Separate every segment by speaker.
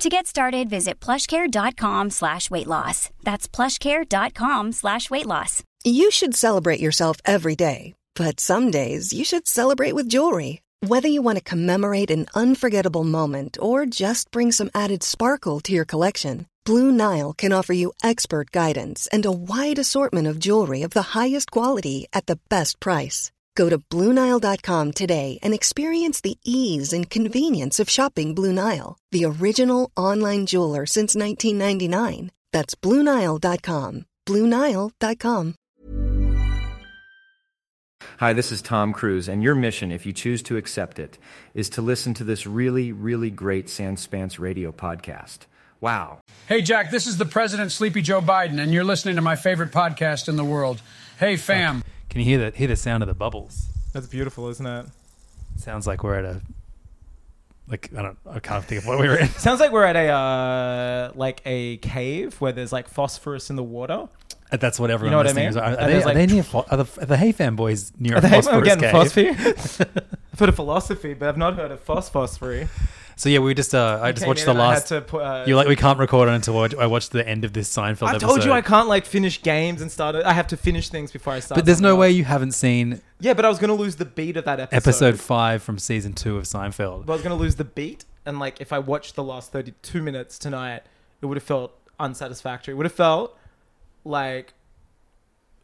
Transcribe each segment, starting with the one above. Speaker 1: To get started, visit plushcare.com slash weight loss. That's plushcare.com slash weight loss.
Speaker 2: You should celebrate yourself every day, but some days you should celebrate with jewelry. Whether you want to commemorate an unforgettable moment or just bring some added sparkle to your collection, Blue Nile can offer you expert guidance and a wide assortment of jewelry of the highest quality at the best price. Go to BlueNile.com today and experience the ease and convenience of shopping Blue Nile, the original online jeweler since 1999. That's BlueNile.com. BlueNile.com.
Speaker 3: Hi, this is Tom Cruise, and your mission, if you choose to accept it, is to listen to this really, really great Sandspance radio podcast. Wow.
Speaker 4: Hey, Jack, this is the President Sleepy Joe Biden, and you're listening to my favorite podcast in the world. Hey, fam.
Speaker 5: Can you hear that? Hear the sound of the bubbles?
Speaker 6: That's beautiful, isn't it?
Speaker 5: Sounds like we're at a like I don't I can't think of what we were in.
Speaker 7: Sounds like we're at a uh, like a cave where there's like phosphorus in the water.
Speaker 5: That's what everyone
Speaker 7: know what I
Speaker 5: listening
Speaker 7: mean?
Speaker 5: is. Are,
Speaker 7: And
Speaker 5: they,
Speaker 7: there's
Speaker 5: are
Speaker 7: like-
Speaker 5: they near? Fo- Are the, are the Hey Fan boys near
Speaker 7: Are
Speaker 5: a
Speaker 7: they
Speaker 5: phosphorus
Speaker 7: again
Speaker 5: cave?
Speaker 7: phosphy? I've heard of philosophy, but I've not heard of phosphorus.
Speaker 5: So yeah, we just uh, I just watched the last.
Speaker 7: I had to put, uh,
Speaker 5: You're like we can't record until I I watched the end of this Seinfeld
Speaker 7: I
Speaker 5: episode.
Speaker 7: told you I can't like finish games and start. it. I have to finish things before I start.
Speaker 5: But there's
Speaker 7: something
Speaker 5: no way
Speaker 7: else.
Speaker 5: you haven't seen
Speaker 7: Yeah, but I was gonna lose the beat of that episode.
Speaker 5: episode five from season two of Seinfeld.
Speaker 7: But I was gonna lose the beat, and like if I watched the last thirty-two minutes tonight, it would have felt unsatisfactory. It would have felt like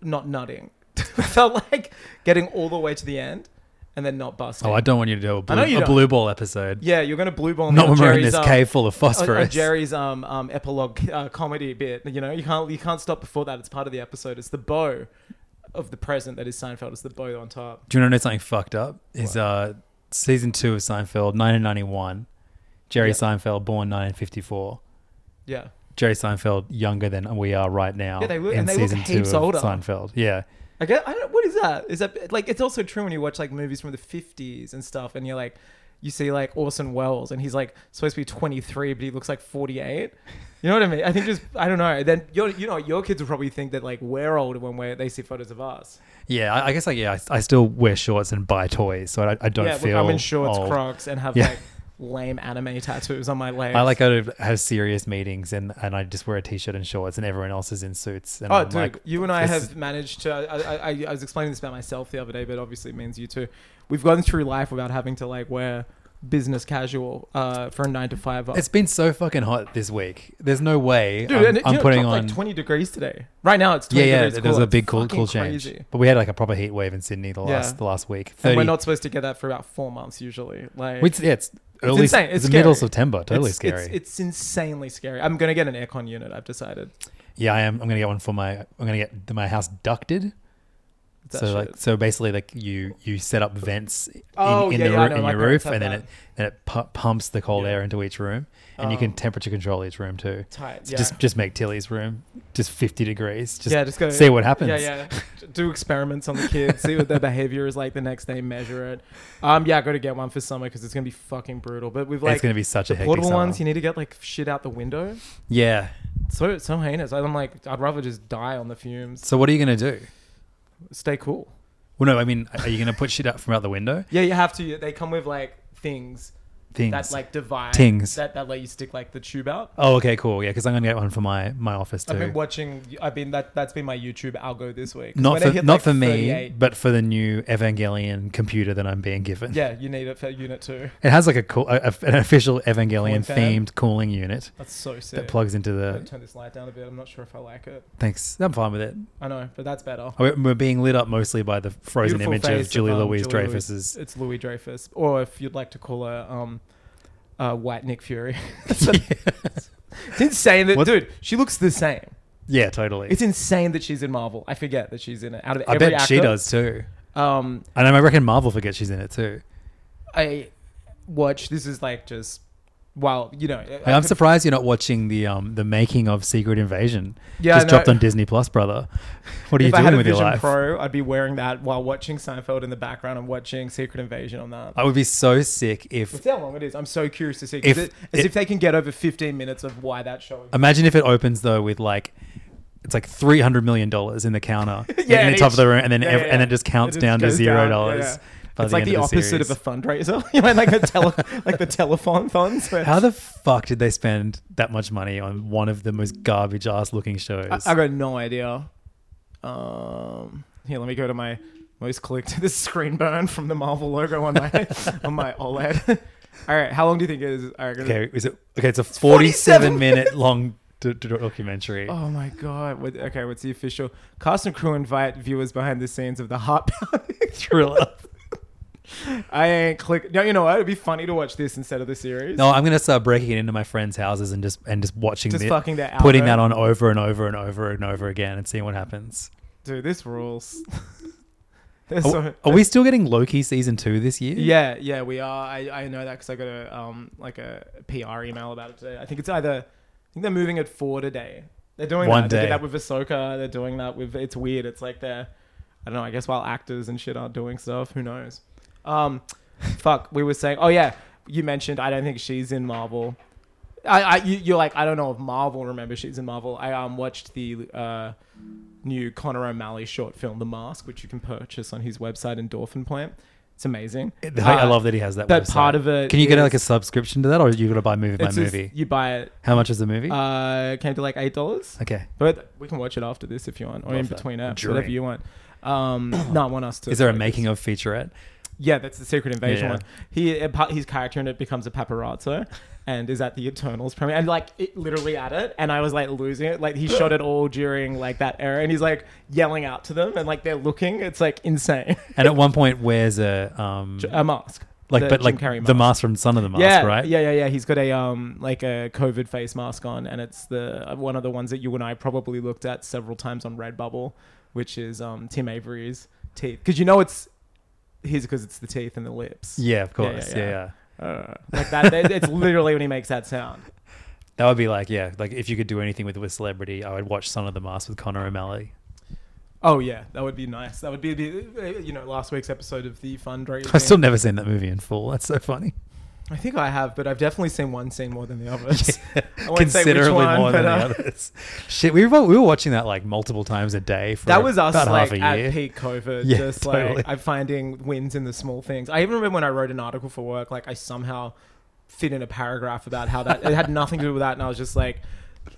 Speaker 7: not nutting. it felt like getting all the way to the end and then not busting.
Speaker 5: oh, I don't want you to do a blue,
Speaker 7: know you
Speaker 5: a
Speaker 7: don't.
Speaker 5: blue ball episode.
Speaker 7: Yeah, you're gonna blue ball. me
Speaker 5: Not
Speaker 7: on
Speaker 5: when we're in
Speaker 7: Jerry's,
Speaker 5: this
Speaker 7: um,
Speaker 5: cave full of
Speaker 7: on- on
Speaker 5: phosphorus.
Speaker 7: Jerry's um um epilogue uh, comedy bit. You know, you can't you can't stop before that. It's part of the episode. It's the bow of the present that is Seinfeld. It's the bow on top.
Speaker 5: Do you want to know something fucked up? Is uh, season two of Seinfeld, 1991. Jerry
Speaker 7: Yeah.
Speaker 5: Seinfeld, born 1954.
Speaker 7: Yeah.
Speaker 5: Jerry Seinfeld, younger than we are right now.
Speaker 7: Yeah, they look-
Speaker 5: in
Speaker 7: and they look
Speaker 5: season
Speaker 7: heaps
Speaker 5: two of
Speaker 7: older.
Speaker 5: Seinfeld. Yeah,
Speaker 7: I get, I don't. What is that? Is that like? It's also true when you watch like movies from the fifties and stuff, and you're like, you see like Orson Welles, and he's like supposed to be twenty three, but he looks like forty eight. You know what I mean? I think just I don't know. Then your you know your kids will probably think that like we're older when we they see photos of us.
Speaker 5: yeah. I, I guess like yeah, I, I still wear shorts and buy toys, so I, I don't
Speaker 7: yeah,
Speaker 5: feel.
Speaker 7: I'm in shorts,
Speaker 5: old.
Speaker 7: Crocs, and have
Speaker 5: Yeah.
Speaker 7: like lame anime tattoos on my legs.
Speaker 5: I like go to have serious meetings and, and I just wear a t shirt and shorts and everyone else is in suits. And
Speaker 7: Oh,
Speaker 5: I'm
Speaker 7: dude,
Speaker 5: like,
Speaker 7: you and I
Speaker 5: this
Speaker 7: have
Speaker 5: is-
Speaker 7: managed to. I, I- I, I was explaining this about myself the other day, but obviously it means you too. We've gone through life without having to like wear business casual uh, for a nine to five.
Speaker 5: It's been so fucking hot this week. There's no way
Speaker 7: dude,
Speaker 5: I'm,
Speaker 7: and it- you
Speaker 5: I'm
Speaker 7: know, it
Speaker 5: putting
Speaker 7: dropped,
Speaker 5: on.
Speaker 7: like twenty degrees today. Right now it's
Speaker 5: yeah,
Speaker 7: 20
Speaker 5: yeah.
Speaker 7: degrees.
Speaker 5: There was a
Speaker 7: It's
Speaker 5: big cool,
Speaker 7: fucking
Speaker 5: cool change,
Speaker 7: crazy.
Speaker 5: but we had like a proper heat wave in Sydney the
Speaker 7: Yeah.
Speaker 5: last the last week. 30,
Speaker 7: And we're not supposed to get that for about four months usually. Like
Speaker 5: We'd- yeah, it's early. It's,
Speaker 7: insane. It's
Speaker 5: the middle of
Speaker 7: scary.
Speaker 5: September. Totally
Speaker 7: it's,
Speaker 5: scary.
Speaker 7: It's, it's insanely scary. I'm gonna get an aircon unit. I've decided.
Speaker 5: yeah, I am. I'm gonna get one for my. I'm gonna get my house ducted.
Speaker 7: That
Speaker 5: so
Speaker 7: shit.
Speaker 5: like so basically like you you set up vents in,
Speaker 7: Oh,
Speaker 5: in
Speaker 7: yeah,
Speaker 5: the
Speaker 7: yeah, I
Speaker 5: roo-
Speaker 7: know,
Speaker 5: in
Speaker 7: my
Speaker 5: your roof
Speaker 7: parents have
Speaker 5: and then
Speaker 7: that.
Speaker 5: it and it pu- pumps the cold
Speaker 7: Yeah.
Speaker 5: air into each room and you can temperature control each room too.
Speaker 7: Tight,
Speaker 5: So just
Speaker 7: yeah.
Speaker 5: just make Tilly's room just 50 degrees. Just,
Speaker 7: yeah, just go
Speaker 5: see what happens.
Speaker 7: Yeah, yeah. J- Do experiments on the kids, see what their behavior is like the next day, measure it. Um, yeah, I got to get one for summer because it's gonna be fucking brutal. But we've like
Speaker 5: it's gonna be such a
Speaker 7: the
Speaker 5: hectic
Speaker 7: portable
Speaker 5: summer.
Speaker 7: ones. You need to get like shit out the window.
Speaker 5: yeah.
Speaker 7: So so heinous. I'm like, I'd rather just die on the fumes.
Speaker 5: So what are you gonna do?
Speaker 7: Stay cool.
Speaker 5: Well, no, I mean, are you gonna put shit out from out the window?
Speaker 7: Yeah, you have to. They come with like things,
Speaker 5: Things.
Speaker 7: that like divide
Speaker 5: Things.
Speaker 7: that that let you stick like the tube out.
Speaker 5: oh, okay, cool. Yeah, because I'm gonna get one for my my office too.
Speaker 7: I've been watching. I've been that. That's been my YouTube algo this week. 'Cause
Speaker 5: not
Speaker 7: when
Speaker 5: for
Speaker 7: I hit,
Speaker 5: not
Speaker 7: like,
Speaker 5: for me,
Speaker 7: 38
Speaker 5: but for the new Evangelion computer that I'm being given.
Speaker 7: Yeah, you need it for unit two.
Speaker 5: It has like a cool, a, a- an official Evangelion
Speaker 7: Cooling fan.
Speaker 5: themed cooling unit
Speaker 7: That's so sick.
Speaker 5: that plugs into
Speaker 7: Let me
Speaker 5: the.
Speaker 7: turn this light down a bit. I'm not sure if I like it.
Speaker 5: Thanks, I'm fine with it.
Speaker 7: I know, but that's better.
Speaker 5: We're we're being lit up mostly by the frozen
Speaker 7: Beautiful
Speaker 5: image
Speaker 7: face
Speaker 5: of Julie
Speaker 7: um,
Speaker 5: Louise
Speaker 7: Julie
Speaker 5: Dreyfus's.
Speaker 7: It's Louis Dreyfus, or if you'd like to call her um, uh, White Nick Fury. it's insane that
Speaker 5: What-
Speaker 7: dude, she looks the same.
Speaker 5: Yeah, totally.
Speaker 7: It's insane that she's in Marvel. I forget that she's in it. Out of
Speaker 5: I
Speaker 7: every
Speaker 5: bet she
Speaker 7: actor,
Speaker 5: does too,
Speaker 7: Um,
Speaker 5: and I reckon Marvel forgets she's in it too.
Speaker 7: I watch. This is like just Well, you know,
Speaker 5: Hey, I'm surprised you're not watching the um the making of Secret Invasion.
Speaker 7: Yeah,
Speaker 5: just
Speaker 7: no.
Speaker 5: dropped on Disney Plus, brother. What are you
Speaker 7: if I had
Speaker 5: doing
Speaker 7: a
Speaker 5: with your
Speaker 7: Vision
Speaker 5: life?
Speaker 7: Pro, I'd be wearing that while watching Seinfeld in the background and watching Secret Invasion on that.
Speaker 5: I would be so sick
Speaker 7: Let's
Speaker 5: if.
Speaker 7: see how long it is. I'm so curious to see. 'cause
Speaker 5: If
Speaker 7: it- as
Speaker 5: it-
Speaker 7: if they can get over 15 minutes of why that show. Is.
Speaker 5: Imagine if it opens though with like. It's like three hundred million dollars in the counter,
Speaker 7: Yeah,
Speaker 5: in the
Speaker 7: it
Speaker 5: top
Speaker 7: is.
Speaker 5: of the room, and then
Speaker 7: Yeah,
Speaker 5: ev-
Speaker 7: yeah,
Speaker 5: and
Speaker 7: yeah.
Speaker 5: it just counts
Speaker 7: It just
Speaker 5: down to
Speaker 7: goes
Speaker 5: zero
Speaker 7: down,
Speaker 5: dollars.
Speaker 7: yeah, yeah.
Speaker 5: by
Speaker 7: it's like
Speaker 5: end
Speaker 7: the,
Speaker 5: of
Speaker 7: opposite
Speaker 5: series.
Speaker 7: of a fundraiser, you know, like the tele, like the telethon funds. where-
Speaker 5: How the fuck did they spend that much money on one of the most garbage ass looking shows?
Speaker 7: I, I got no idea. Um, here, let me go to my most clicked. This screen burn from the Marvel logo on my on my OLED. All right, how long do you think it is? All right, gonna-
Speaker 5: okay, is it okay? It's a
Speaker 7: 47
Speaker 5: forty-seven minute long d- d- documentary.
Speaker 7: Oh my god! What, okay, what's the official? Cast and crew invite viewers behind the scenes of the heart pounding
Speaker 5: Thriller.
Speaker 7: I ain't click. No, you know what? It'd be funny to watch this instead of the series.
Speaker 5: No, I'm gonna start breaking it into my friends' houses and just and just watching
Speaker 7: Just
Speaker 5: the-
Speaker 7: fucking their
Speaker 5: putting
Speaker 7: album.
Speaker 5: that on over and over and over and over again and seeing what happens.
Speaker 7: dude, this rules. They're
Speaker 5: Are,
Speaker 7: so-
Speaker 5: are we still getting Loki season two this year?
Speaker 7: Yeah, yeah, we are. I, I know that because I got a um like a PR email about it today. I think it's either I think they're moving it four today. They're doing
Speaker 5: One
Speaker 7: that. They did
Speaker 5: day.
Speaker 7: that with Ahsoka. They're doing that with. It's weird. It's like they're I don't know. I guess while actors and shit aren't doing stuff, who knows? Um, fuck. We were saying. Oh yeah, you mentioned. I don't think she's in Marvel. I, I you, you're like I don't know if Marvel. Remember she's in Marvel. I um watched the uh new Connor O'Malley short film, The Mask, which you can purchase on his website, Endorphin Plant. It's amazing.
Speaker 5: I- I
Speaker 7: Uh,
Speaker 5: love that he has that.
Speaker 7: that
Speaker 5: website.
Speaker 7: part of it
Speaker 5: Can you get
Speaker 7: is-
Speaker 5: like a subscription to that, or you got to buy movie by
Speaker 7: it's just-
Speaker 5: movie?
Speaker 7: you buy it.
Speaker 5: How much is the movie?
Speaker 7: Uh, it came to like eight dollars.
Speaker 5: okay.
Speaker 7: But we can watch it after this if you want, or in
Speaker 5: Love that.
Speaker 7: between apps,
Speaker 5: Dream.
Speaker 7: whatever you want. Um, no, I want us to.
Speaker 5: Is there a making of featurette?
Speaker 7: Yeah, that's the Secret Invasion
Speaker 5: Yeah.
Speaker 7: one. He a part- his character in it becomes a paparazzo, and is at the Eternals premiere, and like it, literally at it. And I was like losing it. Like he shot it all during like that era, and he's like yelling out to them, and like they're looking. It's like insane.
Speaker 5: And at one point wears a um
Speaker 7: a mask,
Speaker 5: like
Speaker 7: The
Speaker 5: but
Speaker 7: Jim
Speaker 5: like
Speaker 7: Carrey
Speaker 5: the mask from Son of the Mask,
Speaker 7: yeah,
Speaker 5: right?
Speaker 7: Yeah, yeah, yeah. He's got a um like a COVID face mask on, and it's the one of the ones that you and I probably looked at several times on Redbubble, which is um Tim Avery's teeth, because you know it's his because it's the teeth and the lips.
Speaker 5: Yeah, of
Speaker 7: Yeah, yeah,
Speaker 5: course. Yeah,
Speaker 7: yeah.
Speaker 5: yeah,
Speaker 7: Uh, like that. that- it's literally when he makes that sound.
Speaker 5: That would be like, yeah, like if you could do anything with with celebrity, I would watch Son of the Mask with Connor O'Malley.
Speaker 7: Oh yeah, that would be nice. That would be, be uh, you know last week's episode of the fundraiser.
Speaker 5: I've still never seen that movie in full. That's so funny.
Speaker 7: I think I have, but I've definitely seen one scene more than the others. I won't say which
Speaker 5: Considerably
Speaker 7: one,
Speaker 5: more
Speaker 7: but,
Speaker 5: than the
Speaker 7: uh,
Speaker 5: others. Shit, we were, we were watching that like multiple times a day for
Speaker 7: That was us
Speaker 5: about
Speaker 7: like
Speaker 5: half a year.
Speaker 7: at peak COVID.
Speaker 5: Yeah,
Speaker 7: just
Speaker 5: totally.
Speaker 7: like I'm finding wins in the small things. I even remember when I wrote an article for work, like I somehow fit in a paragraph about how that it had nothing to do with that, and I was just like,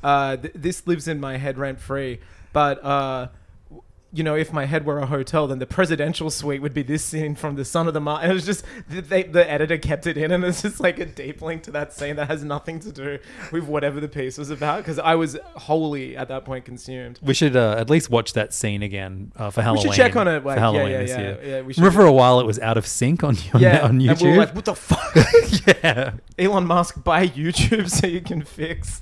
Speaker 7: uh, th- this lives in my head rent free. But uh, w- you know, if my head were a hotel, then the presidential suite would be this scene from the Son of the Mar. And it was just th- they, the editor kept it in, and it's just like a deep link to that scene that has nothing to do with whatever the piece was about. Because I was wholly at that point consumed.
Speaker 5: we should uh, at least watch that scene again uh, for Halloween.
Speaker 7: should check on it,
Speaker 5: for
Speaker 7: like, yeah,
Speaker 5: Halloween
Speaker 7: yeah,
Speaker 5: this
Speaker 7: yeah,
Speaker 5: year.
Speaker 7: yeah, we should.
Speaker 5: Remember for a while it was out of sync on on, on
Speaker 7: and we
Speaker 5: YouTube.
Speaker 7: were like, what the fuck?
Speaker 5: yeah,
Speaker 7: Elon Musk buy YouTube so you can fix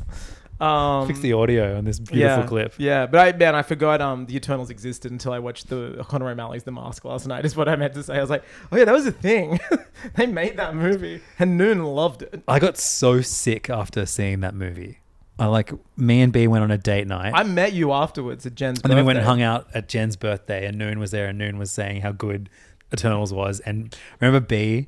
Speaker 7: um,
Speaker 5: fix the audio on this beautiful
Speaker 7: yeah,
Speaker 5: clip.
Speaker 7: Yeah, but I man, I forgot um the Eternals existed until I watched the Conor O'Malley's The Mask last night. Is what I meant to say. I was like, oh yeah, that was a thing. they made that movie, and Noon loved it.
Speaker 5: I got so sick after seeing that movie. I like me and B went on a date night.
Speaker 7: I met you afterwards at Jen's.
Speaker 5: And then we went and hung out at Jen's birthday, and Noon was there, and Noon was saying how good Eternals was. And remember, B,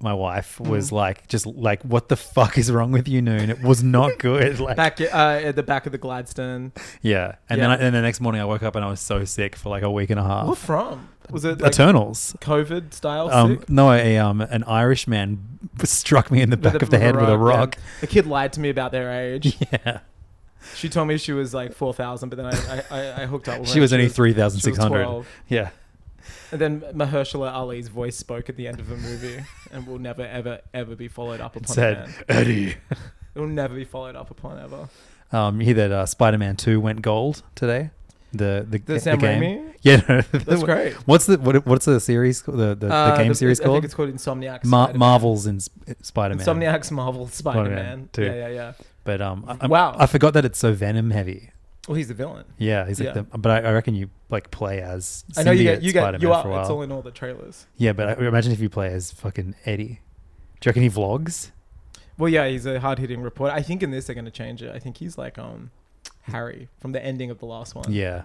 Speaker 5: my wife,
Speaker 7: Mm.
Speaker 5: was like, just like, what the fuck is wrong with you, Noon? It was not good. Like,
Speaker 7: back uh, at the back of the Gladstone.
Speaker 5: yeah. And then,
Speaker 7: Yeah.
Speaker 5: I, and the next morning, I woke up and I was so sick for like a week and a half.
Speaker 7: What from? Was it like
Speaker 5: Eternals.
Speaker 7: COVID style?
Speaker 5: Um,
Speaker 7: sick?
Speaker 5: no, a um, an Irish man struck me in the back
Speaker 7: With a-
Speaker 5: of the
Speaker 7: with a
Speaker 5: head with a rock.
Speaker 7: yeah. The kid lied to me about their age.
Speaker 5: yeah.
Speaker 7: She told me she was like four thousand, but then I, I, I, I hooked up. with her
Speaker 5: She
Speaker 7: and
Speaker 5: was only three
Speaker 7: she
Speaker 5: thousand
Speaker 7: was
Speaker 5: six hundred.
Speaker 7: 12.
Speaker 5: Yeah.
Speaker 7: And then Mahershala Ali's voice spoke at the end of the movie, and will never, ever, ever be followed up upon.
Speaker 5: Said
Speaker 7: again.
Speaker 5: Eddie.
Speaker 7: it will never be followed up upon ever.
Speaker 5: Um, you hear that uh, Spider Man Two went gold today? The the,
Speaker 7: The Sam
Speaker 5: game.
Speaker 7: Raimi?
Speaker 5: Yeah, no,
Speaker 7: That's great.
Speaker 5: What's the what, what's the series called- the the,
Speaker 7: Uh,
Speaker 5: the game series
Speaker 7: I
Speaker 5: called?
Speaker 7: think it's called Insomniac.
Speaker 5: Ma-
Speaker 7: Spider-Man.
Speaker 5: Marvels and Spider Man.
Speaker 7: Insomniac's Marvel
Speaker 5: Spider-Man
Speaker 7: Spider-Man.
Speaker 5: two.
Speaker 7: Yeah, yeah, yeah.
Speaker 5: But um, I, I'm-
Speaker 7: Wow.
Speaker 5: I forgot that it's so Venom heavy.
Speaker 7: Well, he's the villain.
Speaker 5: Yeah, he's like
Speaker 7: Yeah.
Speaker 5: the. But I, I reckon you like play as.
Speaker 7: I know you get,
Speaker 5: symbiote
Speaker 7: you get,
Speaker 5: Spider-Man
Speaker 7: you
Speaker 5: for
Speaker 7: are.
Speaker 5: a
Speaker 7: It's
Speaker 5: while.
Speaker 7: all in all the trailers.
Speaker 5: yeah, but I, imagine if you play as fucking Eddie. Do you reckon he vlogs?
Speaker 7: Well, yeah, he's a hard hitting reporter. I think in this they're going to change it. I think he's like um Harry from the ending of the last one.
Speaker 5: Yeah.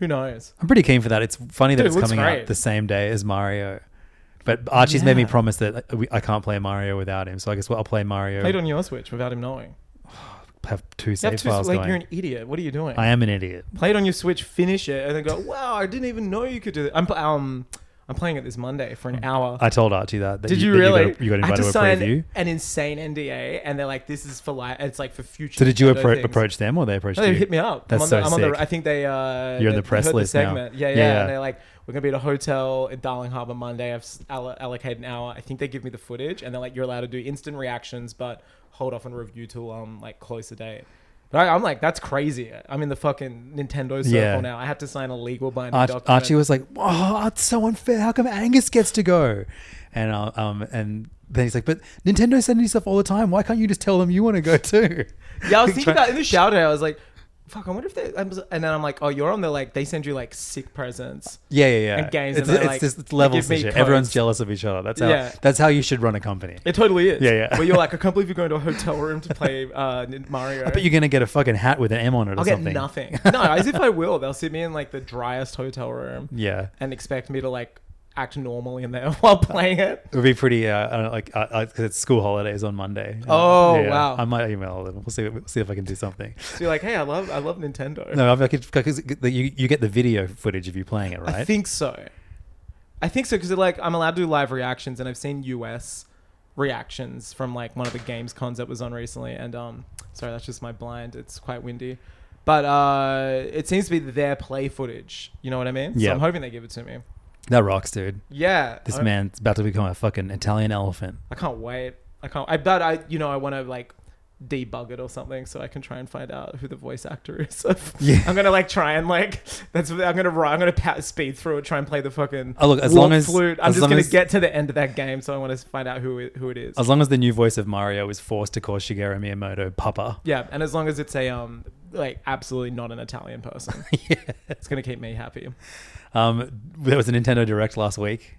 Speaker 7: Who knows?
Speaker 5: I'm pretty keen for that. It's funny that
Speaker 7: Uh, Dude, it
Speaker 5: it's
Speaker 7: looks
Speaker 5: coming
Speaker 7: great.
Speaker 5: out the same day as Mario. But Archie's made me
Speaker 7: Yeah.
Speaker 5: promise that we, I can't play Mario without him. So I guess what I'll play Mario.
Speaker 7: Played on your Switch without him knowing.
Speaker 5: have two
Speaker 7: You
Speaker 5: save
Speaker 7: have to,
Speaker 5: files
Speaker 7: like
Speaker 5: going.
Speaker 7: you're an idiot. What are you doing?
Speaker 5: I am an idiot.
Speaker 7: Play it on your Switch, finish it, and then go. Wow, I didn't even know you could do that. I'm pl- um I'm playing it this Monday for an hour.
Speaker 5: Oh. I told Archie that. that
Speaker 7: Did you,
Speaker 5: that
Speaker 7: really?
Speaker 5: got- You got,
Speaker 7: I had
Speaker 5: invited to a
Speaker 7: sign
Speaker 5: preview.
Speaker 7: an insane NDA, and they're like, "This is for life. It's like for future."
Speaker 5: So did you
Speaker 7: Nintendo
Speaker 5: appro-
Speaker 7: things."
Speaker 5: approach them or they approached
Speaker 7: No, Oh, they
Speaker 5: you?
Speaker 7: hit me up.
Speaker 5: That's
Speaker 7: I'm on
Speaker 5: so
Speaker 7: the, I'm On
Speaker 5: sick.
Speaker 7: the, I think they. Uh,
Speaker 5: You're in
Speaker 7: they-
Speaker 5: the press
Speaker 7: heard
Speaker 5: list now.
Speaker 7: segment. Yeah, yeah,
Speaker 5: Yeah.
Speaker 7: And they're like, "We're gonna be at a hotel at Darling Harbour Monday. I've s- allo- allocated an hour. I think they give me the footage, and they're like, "You're allowed to do instant reactions, but hold off on review till um like closer date." But I, I'm like, that's crazy. I'm in the fucking Nintendo circle
Speaker 5: Yeah.
Speaker 7: now. I had to sign a legal binding
Speaker 5: Arch-
Speaker 7: document.
Speaker 5: Archie was like, "Oh, it's so unfair. How come Angus gets to go?" And uh, um, and then he's like, "But Nintendo sending you stuff all the time. Why can't you just tell them you want to go too?"
Speaker 7: Yeah, I was thinking about in the shower today. I was like, "Fuck, I wonder if they." I was- And then I'm like, "Oh, you're on the like they send you like sick presents."
Speaker 5: Yeah, yeah, yeah.
Speaker 7: And games
Speaker 5: it's,
Speaker 7: and they're
Speaker 5: it's
Speaker 7: like,
Speaker 5: just it's
Speaker 7: "Give
Speaker 5: levels
Speaker 7: me
Speaker 5: and shit.
Speaker 7: codes."
Speaker 5: Everyone's jealous of each other. That's how.
Speaker 7: Yeah.
Speaker 5: That's how you should run a company.
Speaker 7: It totally is.
Speaker 5: Yeah, yeah.
Speaker 7: Where you're like, I can't believe you're going to a hotel room to play uh, Nin- Mario.
Speaker 5: I bet you're gonna get a fucking hat with an M on it or
Speaker 7: I'll
Speaker 5: something.
Speaker 7: get nothing. No, as if I will. They'll sit me in like the driest hotel room
Speaker 5: Yeah.
Speaker 7: and expect me to like act normal in there while playing it.
Speaker 5: It would be pretty, uh, I don't know, like, uh, uh 'cause it's school holidays on Monday.
Speaker 7: Oh,
Speaker 5: Yeah.
Speaker 7: wow.
Speaker 5: I might email them. We'll see. We'll see if I can do something.
Speaker 7: So you're like, hey, I love, I love Nintendo.
Speaker 5: No, I could because you you get the video footage of you playing it, right?
Speaker 7: I think so. I think so because like I'm allowed to do live reactions, and I've seen US reactions from like one of the games cons that was on recently. And um, sorry, that's just my blind. It's quite windy, but uh, it seems to be their play footage. You know what I mean?
Speaker 5: Yeah.
Speaker 7: So I'm hoping they give it to me.
Speaker 5: that rocks, dude.
Speaker 7: Yeah.
Speaker 5: This
Speaker 7: I-
Speaker 5: man's about to become a fucking Italian elephant.
Speaker 7: I can't wait. I can't. I bet I, you know, I want to like debug it or something so I can try and find out who the voice actor is.
Speaker 5: Yeah.
Speaker 7: I'm gonna like try and like that's. what- I'm gonna ri- I'm gonna pat speed through it. Try and play the fucking.
Speaker 5: Oh, look, as
Speaker 7: warp
Speaker 5: long as-
Speaker 7: flute. I'm
Speaker 5: as
Speaker 7: just
Speaker 5: long
Speaker 7: gonna
Speaker 5: as-
Speaker 7: get to the end of that game, so I want to find out who it, who it is.
Speaker 5: As long as the new voice of Mario is forced to call Shigeru Miyamoto Papa.
Speaker 7: yeah, and as long as it's a um like absolutely not an Italian person,
Speaker 5: yeah.
Speaker 7: it's gonna keep me happy.
Speaker 5: Um, there was a Nintendo Direct last week.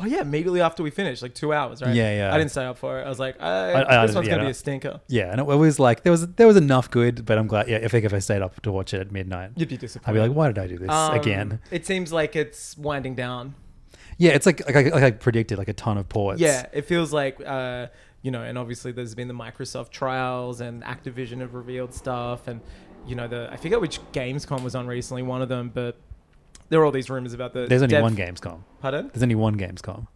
Speaker 7: Oh yeah, immediately after we finished, like two hours, right?
Speaker 5: Yeah, yeah.
Speaker 7: I didn't stay up for it. I was like, uh,
Speaker 5: I- I
Speaker 7: this
Speaker 5: didn't-
Speaker 7: one's
Speaker 5: yeah,
Speaker 7: gonna
Speaker 5: no.
Speaker 7: be a stinker.
Speaker 5: Yeah, and it was like there was there was enough good, but I'm glad. Yeah, I think if I stayed up to watch it at midnight,
Speaker 7: You'd Um, be
Speaker 5: I'd
Speaker 7: disappointed.
Speaker 5: be like, why did I do this again?
Speaker 7: It seems like it's winding down.
Speaker 5: Yeah, it's like like, I- like I predicted, like a ton of ports.
Speaker 7: Yeah, it feels like uh, you know, and obviously there's been the Microsoft trials and Activision have revealed stuff, and you know the I forget which Gamescom was on recently, one of them, but there are all these rumors about the.
Speaker 5: there's only
Speaker 7: dev-
Speaker 5: one Gamescom.
Speaker 7: Pardon?
Speaker 5: There's only one Gamescom.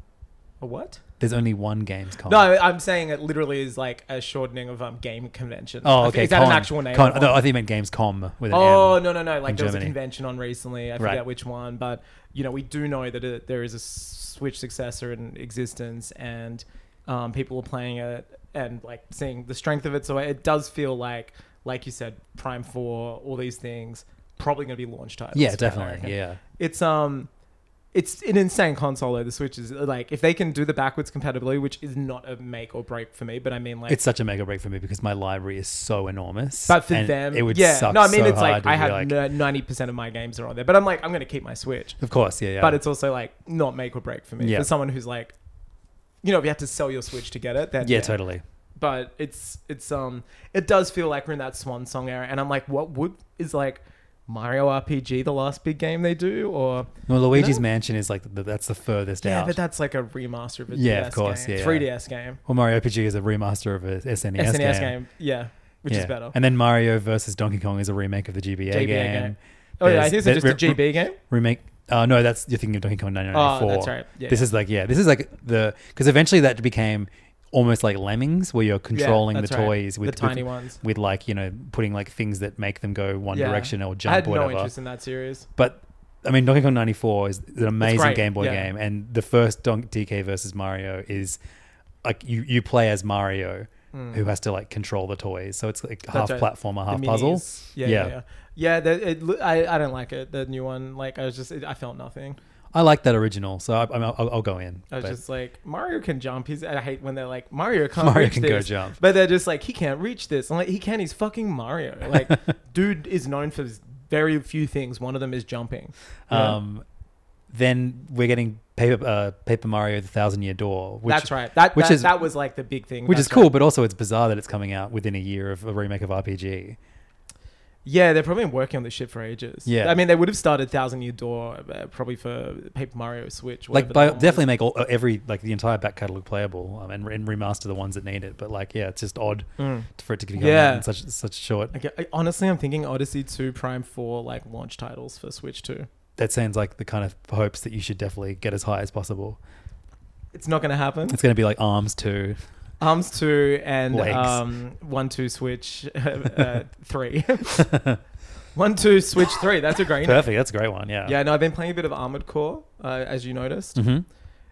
Speaker 7: A what?
Speaker 5: There's only one Gamescom.
Speaker 7: No, I- I'm saying it literally is like a shortening of um, game convention. I
Speaker 5: oh,
Speaker 7: think-
Speaker 5: okay.
Speaker 7: Is that
Speaker 5: con.
Speaker 7: an actual name?
Speaker 5: Con. No, I think you meant Gamescom with an
Speaker 7: Oh
Speaker 5: M.
Speaker 7: no no no! Like
Speaker 5: in
Speaker 7: there was a
Speaker 5: Germany.
Speaker 7: convention on recently. I
Speaker 5: Right.
Speaker 7: forget which one, but you know we do know that it, there is a Switch successor in existence, and um, people are playing it and like seeing the strength of it. So it does feel like, like you said, Prime Four, all these things probably going to be launch titles.
Speaker 5: Yeah,
Speaker 7: for it, I reckon.
Speaker 5: definitely. Yeah.
Speaker 7: It's um. It's an insane console though. The Switch is like if they can do the backwards compatibility, which is not a make or break for me, but I mean like
Speaker 5: It's such a mega break for me because my library is so enormous.
Speaker 7: but for
Speaker 5: and
Speaker 7: them,
Speaker 5: it would
Speaker 7: yeah.
Speaker 5: suck.
Speaker 7: no, I mean,
Speaker 5: so
Speaker 7: it's
Speaker 5: hard
Speaker 7: like
Speaker 5: to
Speaker 7: I
Speaker 5: be
Speaker 7: have ninety percent of my games are on there, but I'm like, I'm going to keep my Switch.
Speaker 5: of course, yeah, yeah.
Speaker 7: But it's also like not make or break for me.
Speaker 5: Yeah.
Speaker 7: For someone who's like, you know, if you had to sell your Switch to get it, then
Speaker 5: yeah, totally.
Speaker 7: But it's it's um, it does feel like we're in that swan song era, and I'm like, what would is like Mario RPG the last big game they do, or
Speaker 5: Well, Luigi's
Speaker 7: No.
Speaker 5: Mansion is like the, that's the furthest
Speaker 7: yeah,
Speaker 5: out.
Speaker 7: but that's like a remaster of a
Speaker 5: Yeah, of
Speaker 7: DS
Speaker 5: course,
Speaker 7: game,
Speaker 5: yeah, yeah.
Speaker 7: 3DS game,
Speaker 5: well, Mario RPG is a remaster of a SNES,
Speaker 7: SNES
Speaker 5: game,
Speaker 7: E game. yeah, which
Speaker 5: Yeah.
Speaker 7: is better.
Speaker 5: And then Mario versus Donkey Kong is a remake of the GBA,
Speaker 7: GBA
Speaker 5: game.
Speaker 7: game. oh yeah, I
Speaker 5: There's-
Speaker 7: think
Speaker 5: there-
Speaker 7: it's just a
Speaker 5: re-
Speaker 7: GB game.
Speaker 5: remake. Uh, no, that's you're thinking of Donkey Kong 1994.
Speaker 7: Oh, that's right. Yeah,
Speaker 5: this
Speaker 7: yeah.
Speaker 5: is like yeah, this is like the because eventually that became almost like Lemmings, where you're controlling the
Speaker 7: that's right.
Speaker 5: toys
Speaker 7: The
Speaker 5: with
Speaker 7: tiny
Speaker 5: with,
Speaker 7: ones.
Speaker 5: with like you know putting like things that make them go one
Speaker 7: Yeah.
Speaker 5: direction or
Speaker 7: I
Speaker 5: jump
Speaker 7: had
Speaker 5: or
Speaker 7: no
Speaker 5: whatever.
Speaker 7: interest in that series.
Speaker 5: but I mean, Donkey Kong 94 is an amazing
Speaker 7: great,
Speaker 5: Game Boy
Speaker 7: yeah.
Speaker 5: game, and the first Donkey DK versus Mario is like you you play as Mario. Who has to like control the toys? So it's like half
Speaker 7: right.
Speaker 5: platformer, half
Speaker 7: Hmm. the
Speaker 5: puzzle.
Speaker 7: minis. Yeah, yeah, yeah. yeah the, it, lo- I, I don't like it. The new one, like I was just, it, I felt nothing.
Speaker 5: I like that original, so I, I'm, I'll, I'll go in.
Speaker 7: I was
Speaker 5: but-
Speaker 7: just like, Mario can jump. He's. I hate when they're like, Mario can't.
Speaker 5: Mario
Speaker 7: reach
Speaker 5: can go
Speaker 7: this.
Speaker 5: jump.
Speaker 7: But they're just like, he can't reach this. I'm like, he can. He's fucking Mario. Like, dude is known for very few things. One of them is jumping. Yeah.
Speaker 5: Um, then we're getting Paper uh, Paper Mario: The Thousand Year Door. Which,
Speaker 7: That's right. That,
Speaker 5: which
Speaker 7: that,
Speaker 5: is
Speaker 7: that was like the big thing.
Speaker 5: which
Speaker 7: That's
Speaker 5: is cool,
Speaker 7: right.
Speaker 5: but also it's bizarre that it's coming out within a year of a remake of RPG.
Speaker 7: Yeah, they've probably been working on this shit for ages.
Speaker 5: Yeah.
Speaker 7: I mean, they would have started Thousand Year Door uh, probably for Paper Mario Switch.
Speaker 5: Like,
Speaker 7: whatever
Speaker 5: by,
Speaker 7: that one was.
Speaker 5: definitely make all, uh, every like the entire back catalog playable um, and, and remaster the ones that need it. But like, yeah, it's just odd
Speaker 7: Mm.
Speaker 5: for it to be coming
Speaker 7: Yeah.
Speaker 5: out in such such short.
Speaker 7: Okay, I, honestly, I'm thinking Odyssey 2 Prime 4 like launch titles for Switch 2.
Speaker 5: That sounds like the kind of hopes that you should definitely get as high as possible.
Speaker 7: It's not going to happen.
Speaker 5: It's going to be like Arms Two.
Speaker 7: Arms 2 and
Speaker 5: Legs.
Speaker 7: um, 1 2 Switch uh, uh, 3. 1 2 Switch 3. That's a great name.
Speaker 5: Perfect. That's a great one. Yeah.
Speaker 7: Yeah, no, I've been playing a bit of Armored Core, uh, as you noticed.
Speaker 5: Mhm.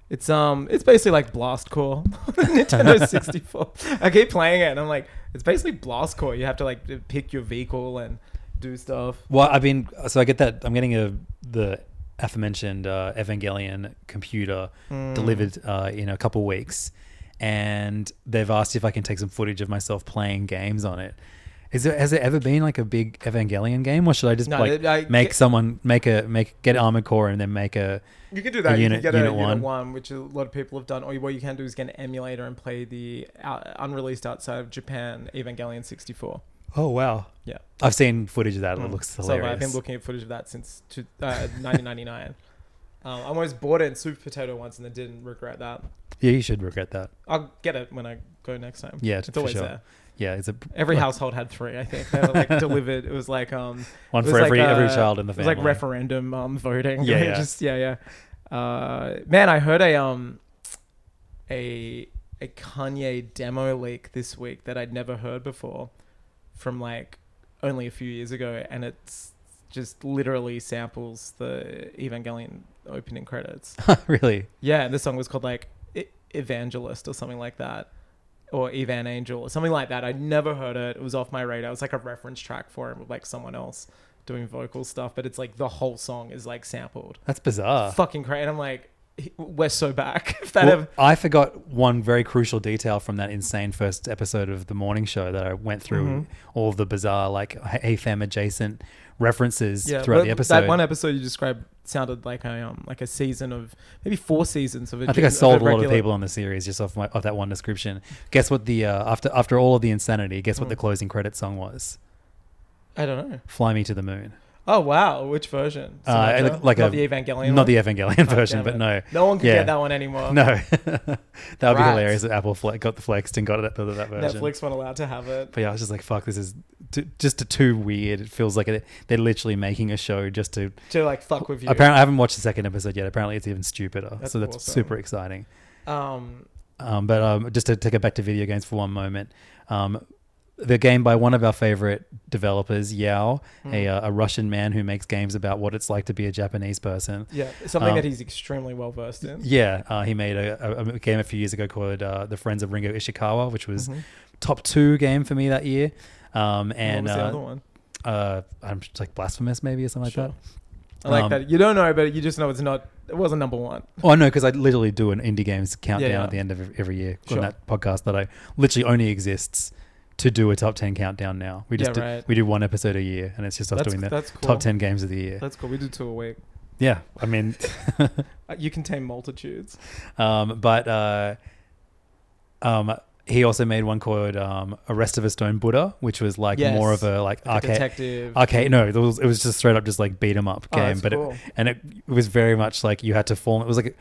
Speaker 7: It's um, it's basically like Blast Core, Nintendo 64. I keep playing it, and I'm like, it's basically Blast Core. You have to like pick your vehicle and do stuff.
Speaker 5: Well, I've been so I get that I'm getting a the aforementioned uh, Evangelion computer
Speaker 7: Hmm.
Speaker 5: delivered uh, in a couple weeks, and they've asked if I can take some footage of myself playing games on it. Is there has there ever been like a big Evangelion game, or should I just
Speaker 7: No,
Speaker 5: like
Speaker 7: I- I-
Speaker 5: make someone make a make get Armored Core and then make a
Speaker 7: You can do
Speaker 5: a
Speaker 7: that.
Speaker 5: unit-
Speaker 7: you can get
Speaker 5: unit
Speaker 7: a unit
Speaker 5: one.
Speaker 7: one. which a lot of people have done. Or what you can do is get an emulator and play the out, unreleased outside of Japan Evangelion 64.
Speaker 5: oh wow
Speaker 7: Yeah.
Speaker 5: I've seen footage of that. It looks
Speaker 7: Hmm. So
Speaker 5: hilarious.
Speaker 7: I've been looking at footage of that since two, uh, 1999. um, I almost bought it in Super Potato once, and I didn't regret that.
Speaker 5: yeah, you should regret that.
Speaker 7: I'll get it when I go next time.
Speaker 5: Yeah,
Speaker 7: it's
Speaker 5: for
Speaker 7: always
Speaker 5: sure.
Speaker 7: there.
Speaker 5: Yeah, it's a
Speaker 7: Every
Speaker 5: like,
Speaker 7: household had three, I think. They were like delivered. It was like um,
Speaker 5: One
Speaker 7: it was
Speaker 5: for every- every
Speaker 7: uh,
Speaker 5: child in the
Speaker 7: It was like
Speaker 5: family.
Speaker 7: referendum um voting.
Speaker 5: Yeah,
Speaker 7: Yeah,
Speaker 5: yeah.
Speaker 7: yeah, just yeah, yeah. Uh, man, I heard a um, a a Kanye demo leak this week that I'd never heard before, from like only a few years ago, and it's just literally samples the Evangelion opening credits.
Speaker 5: really
Speaker 7: Yeah, and the song was called like E- Evangelist or something like that, or Evan Angel or something like that. I'd never heard it. It was off my radar. It was like a reference track for him with like someone else doing vocal stuff, but it's like the whole song is like sampled.
Speaker 5: that's bizarre.
Speaker 7: Fucking crazy. And I'm like, "He- we're so back. if that
Speaker 5: Uh. Well,
Speaker 7: ever-
Speaker 5: I forgot one very crucial detail from that insane first episode of the morning show that I went through
Speaker 7: Mm-hmm.
Speaker 5: all the bizarre like AFAM adjacent references throughout
Speaker 7: but
Speaker 5: the episode.
Speaker 7: That one episode you described sounded like a um like a season of maybe four seasons of. a
Speaker 5: I think I
Speaker 7: of
Speaker 5: sold a lot of
Speaker 7: uh, regular-
Speaker 5: people on the series just off my off that one description. Guess what the uh, after after all of the insanity, guess
Speaker 7: Mm.
Speaker 5: what the closing credit song was?
Speaker 7: I don't know.
Speaker 5: Fly Me to the Moon.
Speaker 7: Oh wow, which version?
Speaker 5: Uh,
Speaker 7: Sinatra?
Speaker 5: like- like
Speaker 7: not
Speaker 5: a-
Speaker 7: the Evangelion.
Speaker 5: Not
Speaker 7: one?
Speaker 5: the Evangelion
Speaker 7: Oh,
Speaker 5: version,
Speaker 7: damn
Speaker 5: but
Speaker 7: it.
Speaker 5: no.
Speaker 7: No one can
Speaker 5: Yeah.
Speaker 7: get that one anymore.
Speaker 5: No, that would be
Speaker 7: Rats.
Speaker 5: hilarious that Apple fle- got the flexed and got it, that, that version.
Speaker 7: Netflix weren't allowed to have it.
Speaker 5: But yeah, I was just like, "Fuck, this is t- just too weird." It feels like it, they're literally making a show just to
Speaker 7: to like fuck with you.
Speaker 5: Apparently, I haven't watched the second episode yet. Apparently, it's even stupider.
Speaker 7: That's
Speaker 5: so that's
Speaker 7: awesome.
Speaker 5: super exciting.
Speaker 7: Um,
Speaker 5: Um, but um, just to take it back to video games for one moment, um, the game by one of our favorite developers, Yao,
Speaker 7: Hmm.
Speaker 5: a, uh, a Russian man who makes games about what it's like to be a Japanese person.
Speaker 7: yeah, something
Speaker 5: Um,
Speaker 7: that he's extremely well versed in.
Speaker 5: Yeah, uh, he made a, a, a game a few years ago called uh, The Friends of Ringo Ishikawa, which was top two game for me that year. Um,
Speaker 7: Mm-hmm. What
Speaker 5: and
Speaker 7: was the other
Speaker 5: uh,
Speaker 7: one?
Speaker 5: uh, I'm just like blasphemous maybe or something
Speaker 7: Sure.
Speaker 5: like that.
Speaker 7: I like
Speaker 5: um,
Speaker 7: that. You don't know, but you just know it's not. It wasn't number one.
Speaker 5: Oh no, because I literally do an indie games countdown
Speaker 7: yeah.
Speaker 5: at the end of every year
Speaker 7: Sure.
Speaker 5: on that podcast that I literally only exists to do a top ten countdown. Now we just
Speaker 7: Yeah,
Speaker 5: do,
Speaker 7: right.
Speaker 5: we do one episode a year, and it's just us
Speaker 7: That's-
Speaker 5: doing the
Speaker 7: that's cool.
Speaker 5: top ten games of the year.
Speaker 7: That's cool. We do two a week.
Speaker 5: yeah, I mean,
Speaker 7: Uh, You contain multitudes.
Speaker 5: um, but uh, um, he also made one called um, Arrest of a Stone Buddha, which was like
Speaker 7: Yes.
Speaker 5: more of a like
Speaker 7: Like a
Speaker 5: arcade.
Speaker 7: detective.
Speaker 5: Okay, no, it was, it was just straight up just like beat 'em up
Speaker 7: Oh,
Speaker 5: game,
Speaker 7: that's
Speaker 5: but
Speaker 7: cool.
Speaker 5: it, and it, it was very much like you had to form. It was like it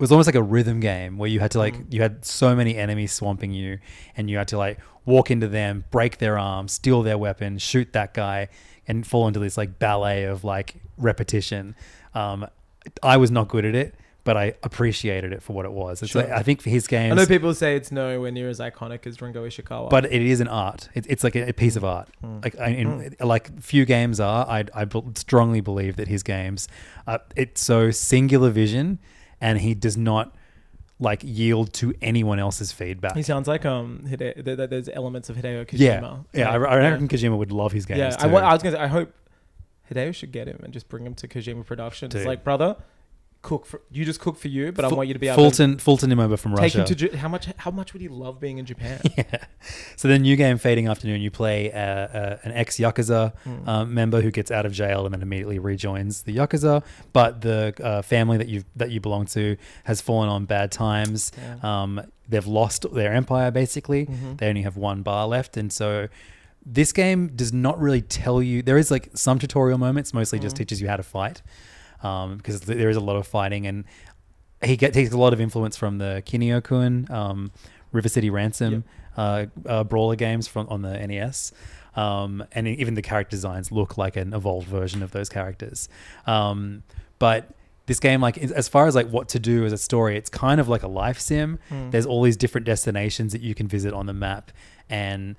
Speaker 5: was almost like a rhythm game where you had to like
Speaker 7: Mm.
Speaker 5: you had so many enemies swamping you, and you had to like walk into them, break their arms, steal their weapon, shoot that guy, and fall into this like ballet of like repetition. Um, I was not good at it, but I appreciated it for what it was. It's like, I think for his games,
Speaker 7: I know people say it's nowhere near as iconic as Ringo Ishikawa.
Speaker 5: but it is an art. It, it's like a, a piece
Speaker 7: Hmm.
Speaker 5: of art. Like I, in, like few games are. I I bel- strongly believe that his games, uh, it's so singular vision, and he does not like yield to anyone else's feedback.
Speaker 7: he sounds like um, Hide- th- th- there's elements of Hideo Kojima.
Speaker 5: yeah, yeah. I,
Speaker 7: Like,
Speaker 5: I reckon Kojima would love his games.
Speaker 7: Yeah,
Speaker 5: too.
Speaker 7: I, wa- I was gonna say, I hope Hideo should get him and just bring him to Kojima Productions.
Speaker 5: Dude.
Speaker 7: It's like, brother, cook for you. Just cook for you, but I
Speaker 5: Ful-
Speaker 7: want you to be able
Speaker 5: Fulton Fulton Immoba from
Speaker 7: to take
Speaker 5: Russia.
Speaker 7: him to Ju- how much? How much would he love being in Japan?
Speaker 5: So the new game, Fading Afternoon, you play uh, uh, an ex Yakuza um, member who gets out of jail and then immediately rejoins the Yakuza. But the uh, family that you that you belong to has fallen on bad times. Um, they've lost their empire basically. They only have one bar left, and so. This game does not really tell you. There is like some tutorial moments, mostly just teaches you how to fight, um, because th- there is a lot of fighting, and he get, takes a lot of influence from the Kinio Kun, um, River City Ransom, uh, uh, brawler games from on the NES. Um, and even the character designs look like an evolved version of those characters. Um, but this game, like is- as far as like what to do as a story, it's kind of like a life sim.
Speaker 7: Hmm.
Speaker 5: There's all these different destinations that you can visit on the map, and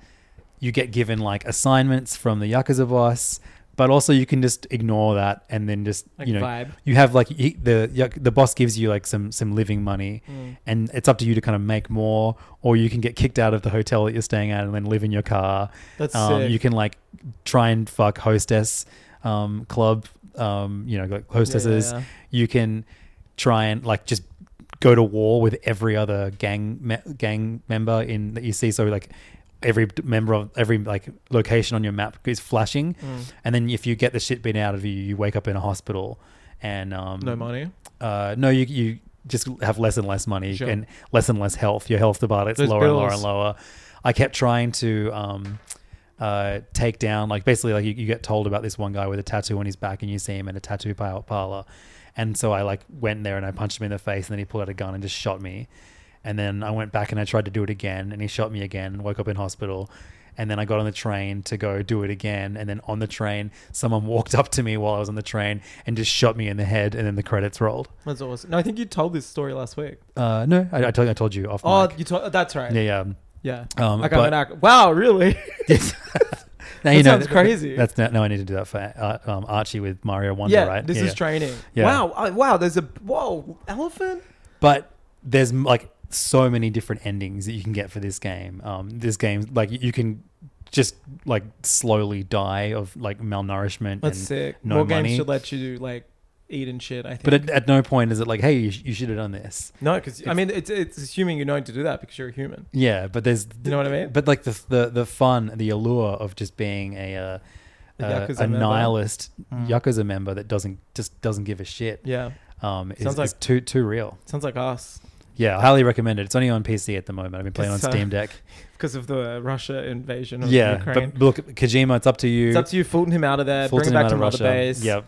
Speaker 5: you get given like assignments from the Yakuza boss. But also, you can just ignore that and then just
Speaker 7: Like
Speaker 5: you know
Speaker 7: vibe.
Speaker 5: you have like he, the yeah, the boss gives you like some some living money,
Speaker 7: Mm.
Speaker 5: and it's up to you to kind of make more, or you can get kicked out of the hotel that you're staying at and then live in your car.
Speaker 7: That's
Speaker 5: um,
Speaker 7: sick.
Speaker 5: you can like try and fuck hostess um, club, um, you know, like hostesses.
Speaker 7: yeah.
Speaker 5: You can try and like just go to war with every other gang me- gang member in that you see. So like every d- member of every like location on your map is flashing,
Speaker 7: Mm.
Speaker 5: and then if you get the shit beaten out of you, you wake up in a hospital. And um,
Speaker 7: No money.
Speaker 5: uh, no, you you just have less and less money
Speaker 7: Sure.
Speaker 5: and less and less health. Your health department's
Speaker 7: Those
Speaker 5: lower and lower
Speaker 7: bills.
Speaker 5: and lower. I kept trying to um, uh, take down, like basically, like you, you get told about this one guy with a tattoo on his back, and you see him in a tattoo par- parlor. And so I like went there and I punched him in the face, and then he pulled out a gun and just shot me. And then I went back and I tried to do it again, and he shot me again, and woke up in hospital. And then I got on the train to go do it again. And then on the train, someone walked up to me while I was on the train and just shot me in the head. And then the credits rolled.
Speaker 7: That's awesome. No, I think you told this story last week.
Speaker 5: Uh, no, I, I told I told you off.
Speaker 7: Oh,
Speaker 5: mic.
Speaker 7: you told. That's right.
Speaker 5: yeah, yeah.
Speaker 7: Yeah.
Speaker 5: Um,
Speaker 7: I got
Speaker 5: but-
Speaker 7: an act- Wow, really?
Speaker 5: Yes. now
Speaker 7: That sounds crazy.
Speaker 5: That's now, now I need to do that for uh, um, Archie with Mario Wonder,
Speaker 7: yeah,
Speaker 5: right?
Speaker 7: this
Speaker 5: Yeah,
Speaker 7: is
Speaker 5: yeah.
Speaker 7: training.
Speaker 5: Yeah.
Speaker 7: Wow, uh, wow, there's a whoa elephant.
Speaker 5: But there's m- like so many different endings that you can get for this game. Um, this game, like you can just like slowly die of like malnourishment.
Speaker 7: That's
Speaker 5: and
Speaker 7: sick.
Speaker 5: No
Speaker 7: More
Speaker 5: money.
Speaker 7: games should let you like eat and shit. I think,
Speaker 5: but at, at no point is it like, hey, you, sh- you should have done this.
Speaker 7: no, because I mean, it's it's assuming you're known to do that because you're a human.
Speaker 5: Yeah, but there's
Speaker 7: You know what I mean?
Speaker 5: But like the the the fun, the allure of just being a uh,
Speaker 7: A
Speaker 5: uh,
Speaker 7: Yakuza
Speaker 5: a
Speaker 7: member. Mm.
Speaker 5: nihilist yakuza member that doesn't just doesn't give a shit.
Speaker 7: Yeah,
Speaker 5: um, is,
Speaker 7: Sounds
Speaker 5: is
Speaker 7: like-
Speaker 5: too too real.
Speaker 7: sounds like us
Speaker 5: Yeah, I highly recommend it. It's only on PC at the moment. I've been playing on
Speaker 7: It's, uh,
Speaker 5: Steam Deck.
Speaker 7: because of the Russia invasion of
Speaker 5: Yeah,
Speaker 7: Ukraine.
Speaker 5: but look, Kojima, it's up to you.
Speaker 7: it's up to you, Fulton him out of there,
Speaker 5: Fulton him
Speaker 7: bring him back to
Speaker 5: out
Speaker 7: Mother
Speaker 5: of Russia.
Speaker 7: Base.
Speaker 5: Yep.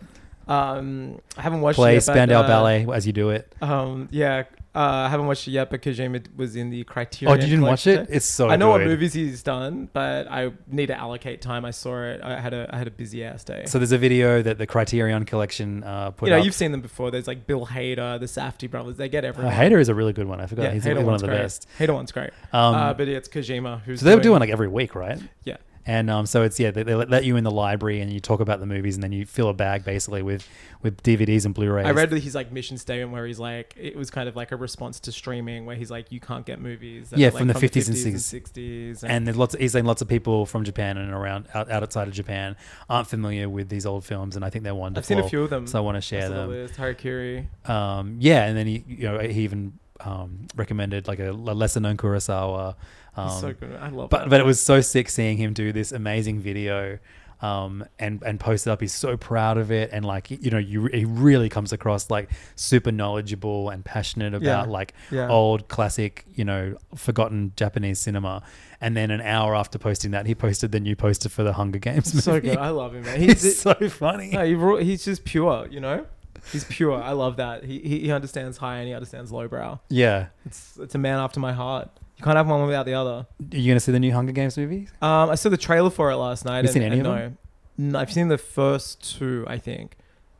Speaker 7: Um, I haven't watched
Speaker 5: Play
Speaker 7: it yet, but,
Speaker 5: Spandau
Speaker 7: uh,
Speaker 5: Ballet as you do it.
Speaker 7: Um, yeah, uh, I haven't watched it yet, but Kojima was in the Criterion.
Speaker 5: Oh, you didn't watch
Speaker 7: collection.
Speaker 5: it? It's so.
Speaker 7: I know what
Speaker 5: good.
Speaker 7: movies he's done, but I need to allocate time. I saw it. I had a I had a busy ass day.
Speaker 5: So there's a video that the Criterion Collection uh, put
Speaker 7: you know,
Speaker 5: up.
Speaker 7: you've seen them before. There's like Bill Hader, the Safdie brothers. They get
Speaker 5: Uh,
Speaker 7: everyone.
Speaker 5: Hater is a really good one. I forgot.
Speaker 7: yeah,
Speaker 5: he's
Speaker 7: Hader
Speaker 5: one
Speaker 7: one's
Speaker 5: of the
Speaker 7: great.
Speaker 5: best.
Speaker 7: Hader one's great.
Speaker 5: Um,
Speaker 7: uh, but it's Kojima who's
Speaker 5: So they were doing like every week, right?
Speaker 7: yeah.
Speaker 5: And um, so it's yeah, they, they let you in the library and you talk about the movies and then you fill a bag basically with with DVDs and Blu-rays.
Speaker 7: I read his like mission statement where he's like it was kind of like a response to streaming where he's like you can't get movies that
Speaker 5: Yeah,
Speaker 7: are, like,
Speaker 5: from the 50s and
Speaker 7: 60s and,
Speaker 5: and there's lots. Of, he's saying lots of people from Japan and around out, out outside of Japan aren't familiar with these old films, and I think they're wonderful.
Speaker 7: I've seen a few of them.
Speaker 5: so I want to share
Speaker 7: That's on the
Speaker 5: them.
Speaker 7: list. Harakiri.
Speaker 5: Um, yeah, and then he, you know, he even um, recommended like a, lesser known Kurosawa. Um,
Speaker 7: He's so good. I love
Speaker 5: but
Speaker 7: that.
Speaker 5: but it was so sick seeing him do this amazing video um, and and post it up. He's so proud of it, and like you know, you he really comes across like super knowledgeable and passionate about
Speaker 7: Yeah.
Speaker 5: like
Speaker 7: Yeah.
Speaker 5: old classic, you know, forgotten Japanese cinema. And then an hour after posting that, he posted the new poster for the Hunger Games. Movie.
Speaker 7: so good. I love him, man.
Speaker 5: He's
Speaker 7: He's it-
Speaker 5: so funny.
Speaker 7: no, he ru- he's just pure, you know. He's pure. I love that. He he, he understands high and he understands lowbrow.
Speaker 5: yeah,
Speaker 7: It's it's a man after my heart. You can't have one without the other.
Speaker 5: are you gonna see the new Hunger Games movie?
Speaker 7: Um, I saw the trailer for it last night.
Speaker 5: You seen
Speaker 7: and-
Speaker 5: any
Speaker 7: and
Speaker 5: of
Speaker 7: no.
Speaker 5: them?
Speaker 7: No, I've seen the first two. I think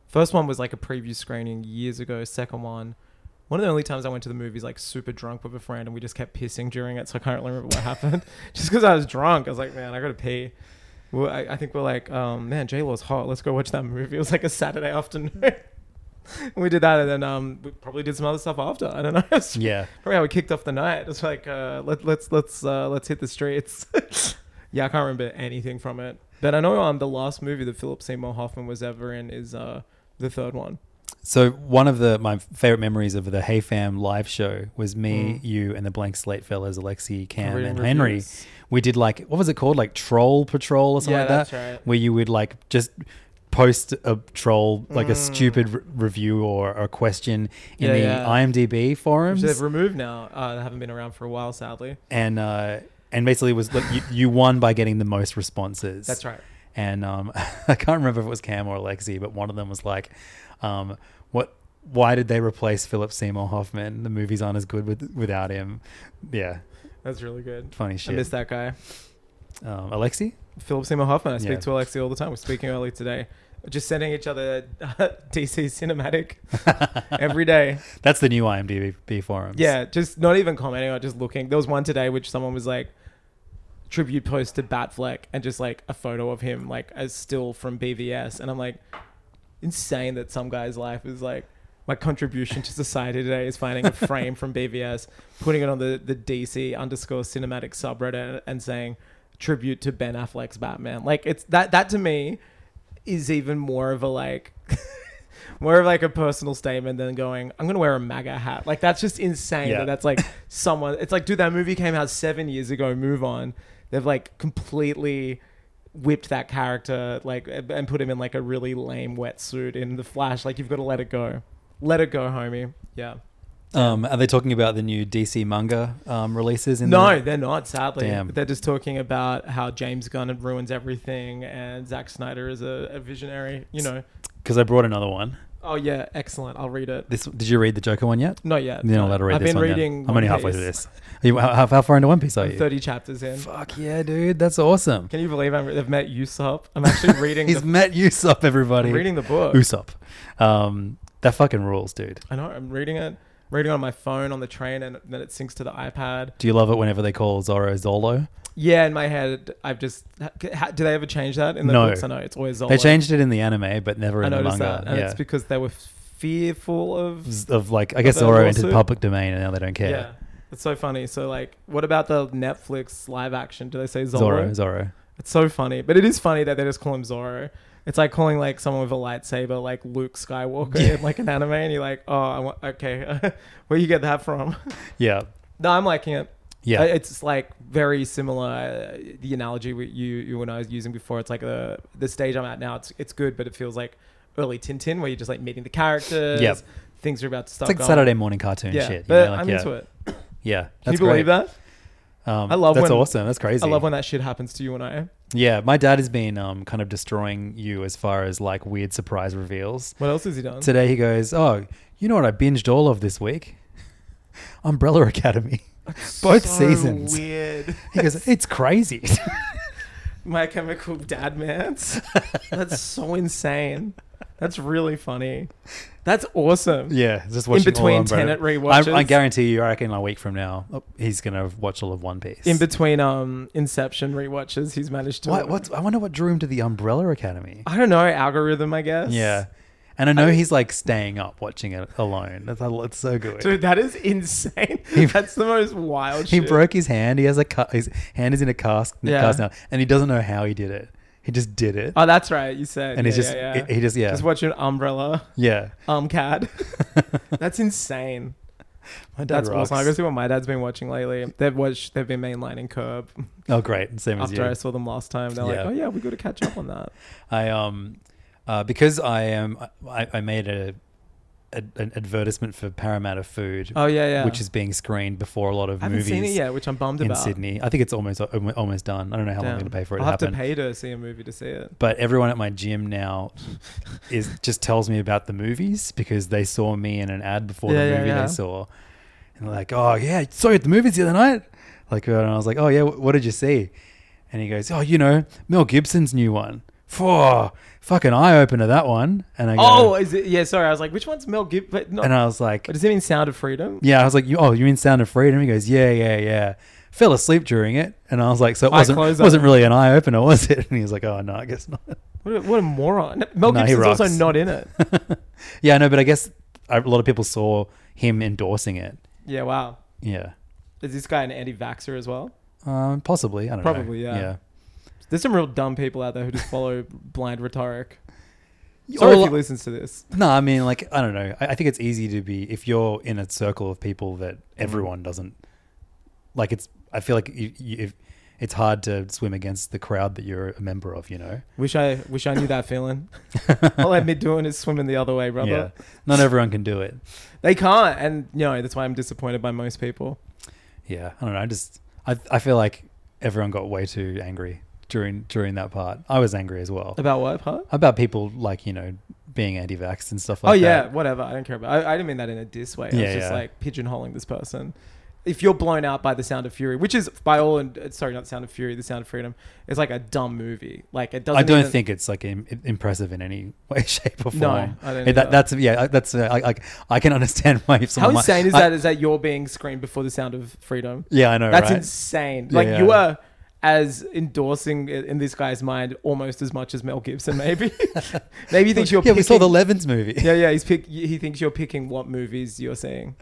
Speaker 7: first one was like a preview screening years ago. Second one, one of the only times I went to the movies like super drunk with a friend, and we just kept pissing during it. So I can't really remember what happened. Just because I was drunk, I was like, man, I gotta pee. Well, I, I think we're like, um, man, J Law's hot. Let's go watch that movie. It was like a Saturday afternoon. we did that, and then um, we probably did some other stuff after. I don't know. It's
Speaker 5: Yeah.
Speaker 7: Probably how we kicked off the night. It's like uh, let, let's let's uh, let's hit the streets. yeah, I can't remember anything from it, but I know um the last movie that Philip Seymour Hoffman was ever in is uh the third one.
Speaker 5: So one of the my favorite memories of the Hey Fam live show was me, you, and the Blank Slate fellas, Alexi, Cam,
Speaker 7: Reading
Speaker 5: and Henry.
Speaker 7: Hmm. reviews.
Speaker 5: We did like what was it called, like Troll Patrol or something
Speaker 7: Yeah,
Speaker 5: like
Speaker 7: that's
Speaker 5: that,
Speaker 7: right.
Speaker 5: where you would like just post a troll, like a stupid r- review or a question in
Speaker 7: Hmm. Yeah,
Speaker 5: the
Speaker 7: yeah.
Speaker 5: IMDb
Speaker 7: Which
Speaker 5: forums,
Speaker 7: they've removed now. Uh, they haven't been around for a while, sadly.
Speaker 5: and uh, and basically was look, you, you won by getting the most responses.
Speaker 7: That's right.
Speaker 5: And um, I can't remember if it was Cam or Alexi, but one of them was like, um, "What? Why did they replace Philip Seymour Hoffman? The movies aren't as good with, without him." Yeah,
Speaker 7: That's really good.
Speaker 5: funny
Speaker 7: I miss
Speaker 5: shit.
Speaker 7: that guy.
Speaker 5: Um, Alexi,
Speaker 7: Philip Seymour Hoffman. I speak
Speaker 5: Yeah.
Speaker 7: to Alexi all the time. We're speaking early today. Just sending each other DC cinematic every day.
Speaker 5: that's the new IMDb forums.
Speaker 7: Yeah, just not even commenting on, it, just looking. There was one today which someone was like tribute post to Batfleck and just like a photo of him like as still from BVS, and I'm like, insane that some guy's life is like my contribution to society today is finding a frame from BVS, putting it on the the DC underscore cinematic subreddit and saying tribute to Ben Affleck's Batman. Like it's that that to me is even more of a like more of like a personal statement than going i'm gonna wear a maga hat like that's just insane
Speaker 5: Yeah.
Speaker 7: that that's like someone it's like dude that movie came out seven years ago move on they've like completely whipped that character like and put him in like a really lame wetsuit in the flash like you've got to let it go let it go homie yeah
Speaker 5: Um, are they talking about the new DC manga um, releases? In
Speaker 7: no
Speaker 5: the-
Speaker 7: they're not sadly
Speaker 5: Damn.
Speaker 7: they're just talking about how james gunn ruins everything and Zack snyder is a, a visionary you know
Speaker 5: because I brought another one.
Speaker 7: oh yeah excellent i'll read it
Speaker 5: This did you read the Joker one yet?
Speaker 7: Not yet.
Speaker 5: You're not
Speaker 7: no.
Speaker 5: allowed to read
Speaker 7: I've
Speaker 5: this
Speaker 7: been
Speaker 5: one then.
Speaker 7: reading.
Speaker 5: I'm only
Speaker 7: One
Speaker 5: halfway
Speaker 7: Piece.
Speaker 5: through this. Are you, how, how far into One Piece are
Speaker 7: I'm
Speaker 5: you?
Speaker 7: Thirty chapters in.
Speaker 5: Fuck yeah, dude, that's awesome.
Speaker 7: Can you believe I'm, they've met Usopp? I'm actually reading.
Speaker 5: He's
Speaker 7: the,
Speaker 5: met Usopp, everybody.
Speaker 7: I'm reading the book.
Speaker 5: Usopp. Um, that fucking rules, dude.
Speaker 7: I know. I'm reading it. Reading on my phone on the train, and then it syncs to the iPad.
Speaker 5: Do you love it whenever they call Zoro Zolo?
Speaker 7: Yeah, in my head, I've just. Ha, do they ever change that in the
Speaker 5: No.
Speaker 7: books? I know it's always Zolo.
Speaker 5: They changed it in the anime, but never
Speaker 7: I
Speaker 5: in the
Speaker 7: noticed
Speaker 5: manga.
Speaker 7: that, and
Speaker 5: yeah. Mm,
Speaker 7: it's because they were fearful of
Speaker 5: Z- of like, I guess
Speaker 7: Of a
Speaker 5: Zoro entered
Speaker 7: lawsuit?
Speaker 5: public domain and now they don't
Speaker 7: yeah.
Speaker 5: care.
Speaker 7: It's so funny. So like, what about the Netflix live action? Do they say
Speaker 5: Zoro, Zoro.
Speaker 7: It's so funny, but it is funny that they just call him Zoro. It's like calling like someone with a lightsaber like Luke Skywalker in like an anime, and you're like, oh, I want, okay, where you get that from?
Speaker 5: Yeah.
Speaker 7: no, I'm liking it.
Speaker 5: Yeah.
Speaker 7: Uh, it's like very similar. Uh, the analogy we, you you and I was using before. It's like the the stage I'm at now. It's it's good, but it feels like early Tintin, where you're just like meeting the characters.
Speaker 5: Yep.
Speaker 7: Things are about to
Speaker 5: it's
Speaker 7: start.
Speaker 5: like
Speaker 7: going.
Speaker 5: Saturday morning cartoon
Speaker 7: Oh, Yeah,
Speaker 5: shit. you
Speaker 7: but
Speaker 5: know, like,
Speaker 7: I'm
Speaker 5: yeah.
Speaker 7: into it.
Speaker 5: Yeah.
Speaker 7: Can
Speaker 5: That's
Speaker 7: you believe
Speaker 5: great.
Speaker 7: that?
Speaker 5: Um,
Speaker 7: I love
Speaker 5: That's
Speaker 7: when-
Speaker 5: awesome. That's crazy.
Speaker 7: I love when that shit happens to you and I.
Speaker 5: Yeah. My dad has been um, kind of destroying you as far as like weird surprise reveals.
Speaker 7: What else has he done?
Speaker 5: Today he goes, Oh, you know what I binged all of this week? Umbrella Academy. Both
Speaker 7: So
Speaker 5: seasons.
Speaker 7: Weird.
Speaker 5: He goes, It's crazy.
Speaker 7: My Chemical Dad Mance. That's so insane. That's really funny. That's awesome.
Speaker 5: yeah, just watching all
Speaker 7: between
Speaker 5: of Umbrella.
Speaker 7: Tenet rewatches.
Speaker 5: I, I guarantee you, I reckon a week from now, oh, he's gonna watch all of One Piece.
Speaker 7: In between um Inception rewatches, he's managed to.
Speaker 5: what, what? I wonder what drew him to the Umbrella Academy.
Speaker 7: I don't know algorithm. I guess.
Speaker 5: Yeah, and I know he's like staying up watching it alone. That's, that's so good.
Speaker 7: Dude, that is insane. That's the most wild.
Speaker 5: he
Speaker 7: shit.
Speaker 5: broke his hand. He has a ca- his hand is in a cast,
Speaker 7: Yeah.
Speaker 5: cast now, and he doesn't know how he did it. He just did it,
Speaker 7: Oh, that's right. You said.
Speaker 5: and he's
Speaker 7: Yeah,
Speaker 5: just
Speaker 7: yeah, yeah.
Speaker 5: He, he just yeah
Speaker 7: just watching Umbrella,
Speaker 5: yeah.
Speaker 7: um, Cad. that's insane.
Speaker 5: My dad
Speaker 7: That's
Speaker 5: rocks.
Speaker 7: awesome. I go see what my dad's been watching lately. They've watched. They've been mainlining Curb.
Speaker 5: Oh, great. Same as
Speaker 7: After
Speaker 5: you.
Speaker 7: I saw them last time, they're
Speaker 5: Yeah.
Speaker 7: like, "Oh yeah, we got to catch up on that."
Speaker 5: I um, uh, because I am, I, I made a, a an advertisement for Parramatta Food.
Speaker 7: Oh, yeah, yeah.
Speaker 5: Which is being screened before a lot of
Speaker 7: I haven't
Speaker 5: movies
Speaker 7: seen it yet, which I'm bummed
Speaker 5: in
Speaker 7: about.
Speaker 5: Sydney. I think it's almost almo- almost done. I don't know how long I'm going to pay for it
Speaker 7: I'll
Speaker 5: to
Speaker 7: have
Speaker 5: happen.
Speaker 7: to pay to see a movie to see it.
Speaker 5: But everyone at my gym now is just tells me about the movies because they saw me in an ad before
Speaker 7: Yeah,
Speaker 5: the
Speaker 7: yeah,
Speaker 5: movie
Speaker 7: yeah.
Speaker 5: they saw, and they're like, "Oh yeah, saw you at the movies the other night." Like, and I was like, "Oh yeah, wh- what did you see?" And he goes, "Oh, you know, Mel Gibson's new one. Phew, fucking eye opener that one." And I go,
Speaker 7: Oh, is it? Yeah, sorry. I was like, which one's Mel Gibson? But no.
Speaker 5: and I was like,
Speaker 7: But does it mean Sound of Freedom?
Speaker 5: "Yeah," I was like, "You oh, you mean Sound of Freedom?" He goes, "Yeah, yeah, yeah." Fell asleep during it, and I was like, "So it
Speaker 7: Eye
Speaker 5: wasn't
Speaker 7: closer.
Speaker 5: wasn't really an eye opener, was it?" And he was like, "Oh no, I guess not."
Speaker 7: What, a, what a moron. Mel
Speaker 5: Nah, he
Speaker 7: Gibson's also
Speaker 5: rocks.
Speaker 7: not in it.
Speaker 5: Yeah, no, but I guess a lot of people saw him endorsing it.
Speaker 7: yeah, wow.
Speaker 5: Yeah,
Speaker 7: Is this guy an anti-vaxxer as well?
Speaker 5: um, possibly. I don't know.
Speaker 7: Probably, yeah. There's some real dumb people out there who just follow blind rhetoric. Sorry
Speaker 5: Or-
Speaker 7: if he listens to this.
Speaker 5: No, I mean, like, I don't know. I, I think it's easy to be if you're in a circle of people that everyone doesn't like. It's I feel like you, you, if, it's hard to swim against the crowd that you're a member of. You know,
Speaker 7: Wish I wish I knew that feeling. All I've been doing is swimming the other way, brother.
Speaker 5: not everyone can do it.
Speaker 7: They can't, and you know that's why I'm disappointed by most people.
Speaker 5: Yeah, I don't know. I just I I feel like everyone got way too angry during during that part. I was angry as well
Speaker 7: About what part?
Speaker 5: about people like you know being anti-vax and stuff like
Speaker 7: oh yeah,
Speaker 5: that.
Speaker 7: whatever. I don't care about. I, I didn't mean that in a diss way. I
Speaker 5: Yeah,
Speaker 7: was just
Speaker 5: yeah.
Speaker 7: like pigeonholing this person. If you're blown out by the Sound of Fury, which is by all and uh, sorry, not Sound of Fury, the Sound of Freedom, it's like a dumb movie. Like it doesn't.
Speaker 5: I don't
Speaker 7: even-
Speaker 5: think it's like Im- impressive in any way, shape, or form.
Speaker 7: No, I don't
Speaker 5: It- that,
Speaker 7: either.
Speaker 5: that's yeah. That's uh, like like I can understand why. If
Speaker 7: How
Speaker 5: someone might-
Speaker 7: insane is
Speaker 5: I-
Speaker 7: that? Is that you're being screened before the Sound of Freedom?
Speaker 5: Yeah, I know.
Speaker 7: That's
Speaker 5: right?
Speaker 7: insane.
Speaker 5: Yeah,
Speaker 7: like
Speaker 5: yeah.
Speaker 7: you are as endorsing i- in this guy's mind almost as much as Mel Gibson. Maybe, maybe he thinks you're.
Speaker 5: yeah. We saw the
Speaker 7: picking-
Speaker 5: Levens movie,
Speaker 7: Yeah, yeah. He's pick. He thinks you're picking what movies you're seeing.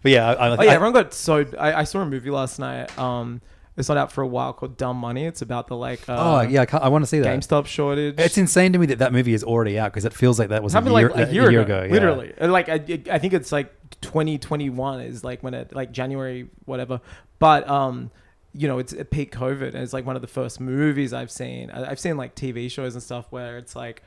Speaker 5: but yeah, I, I,
Speaker 7: Oh yeah,
Speaker 5: I,
Speaker 7: everyone got so. I, I saw a movie last night. Um, it's not out for a while called Dumb Money. It's about the like.
Speaker 5: oh
Speaker 7: Uh,
Speaker 5: yeah, I, can't- I want to see that.
Speaker 7: GameStop shortage.
Speaker 5: It's insane to me that that movie is already out because it feels like that was a year,
Speaker 7: happened like a year, ago,
Speaker 5: yeah.
Speaker 7: literally. And, Like I, it- I think it's like 2021 is like when it like January whatever. But um, you know, it's at peak COVID, and it's like one of the first movies I've seen. I- I've seen like TV shows and stuff where it's like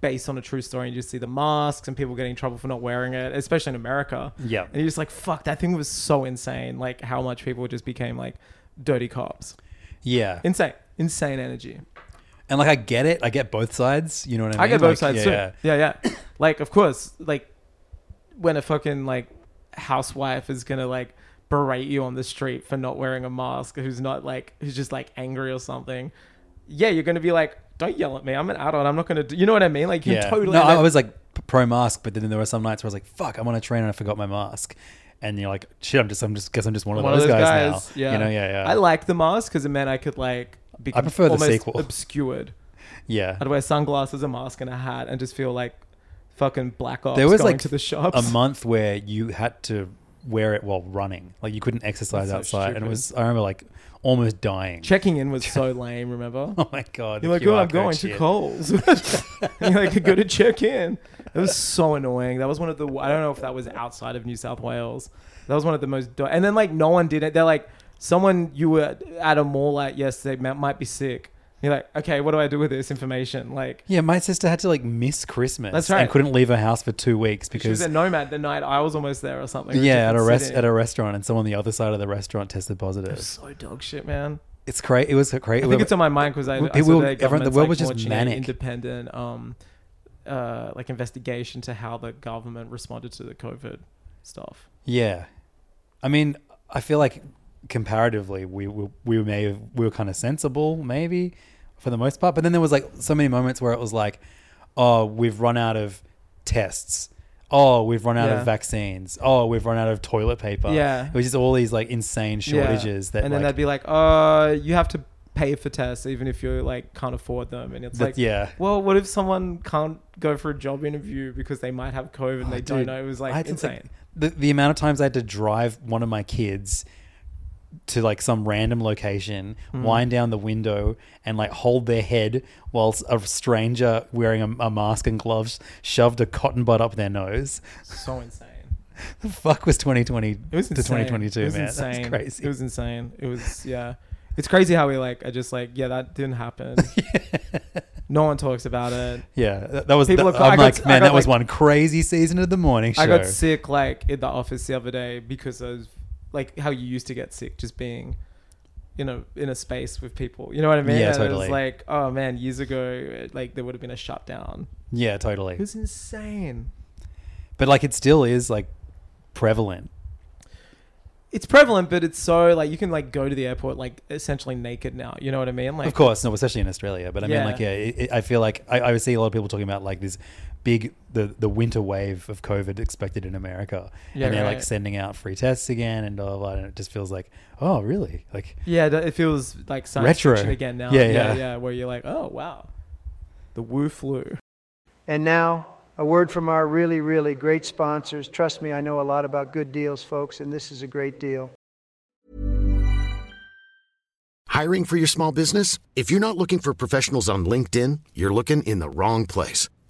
Speaker 7: based on a true story, and you just see the masks and people getting in trouble for not wearing it, especially in America.
Speaker 5: Yeah.
Speaker 7: and you're just like, fuck, that thing was so insane. Like how much people just became like dirty cops.
Speaker 5: Yeah,
Speaker 7: Insane, insane energy.
Speaker 5: and like I get it. I get both sides. You know what I mean?
Speaker 7: I get
Speaker 5: Like,
Speaker 7: both sides
Speaker 5: yeah,
Speaker 7: too.
Speaker 5: yeah.
Speaker 7: Yeah, yeah. like, of course, like when a fucking like housewife is gonna like berate you on the street for not wearing a mask, who's not like who's just like angry or something. Yeah, you're gonna be like, don't yell at me. I'm an adult. I'm not gonna. do You know what I mean? Like, you
Speaker 5: Yeah.
Speaker 7: totally.
Speaker 5: No, I was like pro mask, but then there were some nights where I was like, "Fuck, I'm on a train and I forgot my mask," and you're like, "Shit, I'm just, I'm just, guess I'm just one of,
Speaker 7: one of
Speaker 5: those,
Speaker 7: those
Speaker 5: guys,
Speaker 7: guys.
Speaker 5: now."
Speaker 7: Yeah,
Speaker 5: You know, yeah, yeah,
Speaker 7: I like the mask because it meant I could like. Become
Speaker 5: prefer the
Speaker 7: almost
Speaker 5: sequel.
Speaker 7: Obscured.
Speaker 5: yeah.
Speaker 7: I'd wear sunglasses, a mask, and a hat, and just feel like fucking black ops.
Speaker 5: There was
Speaker 7: going
Speaker 5: like
Speaker 7: to the shops.
Speaker 5: a month where you had to wear it while running, like you couldn't exercise
Speaker 7: That's so
Speaker 5: outside, and it
Speaker 7: stupid.
Speaker 5: was, I remember like almost dying.
Speaker 7: Checking in was so lame. Remember?
Speaker 5: Oh my god!
Speaker 7: You're like,
Speaker 5: the
Speaker 7: oh,
Speaker 5: QR
Speaker 7: I'm
Speaker 5: code
Speaker 7: going
Speaker 5: shit.
Speaker 7: to Coles. you're like, I go to check in. It was so annoying. That was one of the. I don't know if that was outside of New South Wales. That was one of the most. Do- and then like no one did it. They're like, someone you were at a mall at yesterday ma- might be sick. You're like, okay, what do I do with this information? Like,
Speaker 5: Yeah, my sister had to like miss Christmas.
Speaker 7: That's right.
Speaker 5: And couldn't leave her house for two weeks
Speaker 7: she was
Speaker 5: because
Speaker 7: a nomad the night I was almost there or something.
Speaker 5: yeah, at a
Speaker 7: different
Speaker 5: rest
Speaker 7: city.
Speaker 5: at a restaurant, and someone on the other side of the restaurant tested positive.
Speaker 7: So dog shit, man.
Speaker 5: It's crazy. It was crazy.
Speaker 7: I think it's on my mind because I, I
Speaker 5: People-
Speaker 7: saw the,
Speaker 5: everyone- the
Speaker 7: government's,
Speaker 5: world
Speaker 7: like,
Speaker 5: was just
Speaker 7: launching
Speaker 5: manic.
Speaker 7: An independent, um, uh, like investigation to how the government responded to the COVID stuff.
Speaker 5: Yeah, I mean, I feel like comparatively, we we, we may have, we were kind of sensible, maybe for the most part. But then there was like so many moments where it was like, oh, we've run out of tests. Oh, we've run out
Speaker 7: Yeah.
Speaker 5: of vaccines. Oh, we've run out of toilet paper.
Speaker 7: Yeah.
Speaker 5: it was just all these like insane shortages that
Speaker 7: and
Speaker 5: like,
Speaker 7: then they'd be like, "Uh, you have to pay for tests even if you like can't afford them." And it's
Speaker 5: that-
Speaker 7: like,
Speaker 5: yeah.
Speaker 7: Well, what if someone can't go for a job interview because they might have COVID and they don't
Speaker 5: Oh, Dude,
Speaker 7: know? It was
Speaker 5: I had
Speaker 7: like
Speaker 5: to,
Speaker 7: insane.
Speaker 5: the, the amount of times I had to drive one of my kids to like some random location,
Speaker 7: Hmm.
Speaker 5: wind down the window, and like hold their head whilst a stranger wearing a, a mask and gloves shoved a cotton bud up their nose.
Speaker 7: so insane.
Speaker 5: The fuck was 2020
Speaker 7: It was
Speaker 5: to
Speaker 7: insane.
Speaker 5: 2022,
Speaker 7: It was
Speaker 5: man?
Speaker 7: Insane.
Speaker 5: That's crazy.
Speaker 7: It was insane. It was yeah. It's crazy how we like are just like yeah that didn't happen. No one talks about it.
Speaker 5: yeah, that, that was.
Speaker 7: People
Speaker 5: that-
Speaker 7: have got- I
Speaker 5: I'm
Speaker 7: got-
Speaker 5: like,
Speaker 7: I
Speaker 5: man,
Speaker 7: got,
Speaker 5: that was
Speaker 7: like-
Speaker 5: one crazy season of the morning show.
Speaker 7: I got sick like in the office the other day because of like how you used to get sick just being in a in a space with people. You know what I mean?
Speaker 5: Yeah,
Speaker 7: and It
Speaker 5: totally.
Speaker 7: was like oh man, years ago like there would have been a shutdown.
Speaker 5: yeah,
Speaker 7: It
Speaker 5: totally.
Speaker 7: was insane.
Speaker 5: But like, it still is like prevalent.
Speaker 7: It's prevalent, but it's so like you can like go to the airport like essentially naked now. You know what I mean? Like
Speaker 5: of course, no, especially in Australia. But I mean,
Speaker 7: Yeah.
Speaker 5: like, yeah, it, it, I feel like I, I see a lot of people talking about like this big the the winter wave of COVID expected in America,
Speaker 7: Yeah,
Speaker 5: and they're like
Speaker 7: right.
Speaker 5: sending out free tests again and blah, blah blah. And it just feels like, oh, really? Like,
Speaker 7: Yeah, that- it feels like science
Speaker 5: Retro.
Speaker 7: fiction again now.
Speaker 5: Yeah, yeah.
Speaker 7: yeah, Where you're like, oh wow, the woo flu.
Speaker 6: And now, a word from our really, really great sponsors. Trust me, I know a lot about good deals, folks, and this is a great deal.
Speaker 8: Hiring for your small business? If you're not looking for professionals on LinkedIn, you're looking in the wrong place.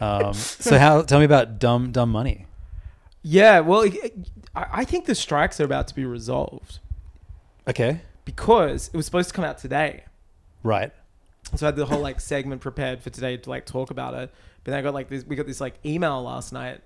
Speaker 5: Um, so how? Tell me about dumb dumb money.
Speaker 7: Yeah, well, it- I I think the strikes are about to be resolved
Speaker 5: Okay,
Speaker 7: because it was supposed to come out today.
Speaker 5: right.
Speaker 7: So I had the whole like segment prepared for today to like talk about it. But then I got like this, we got this like email last night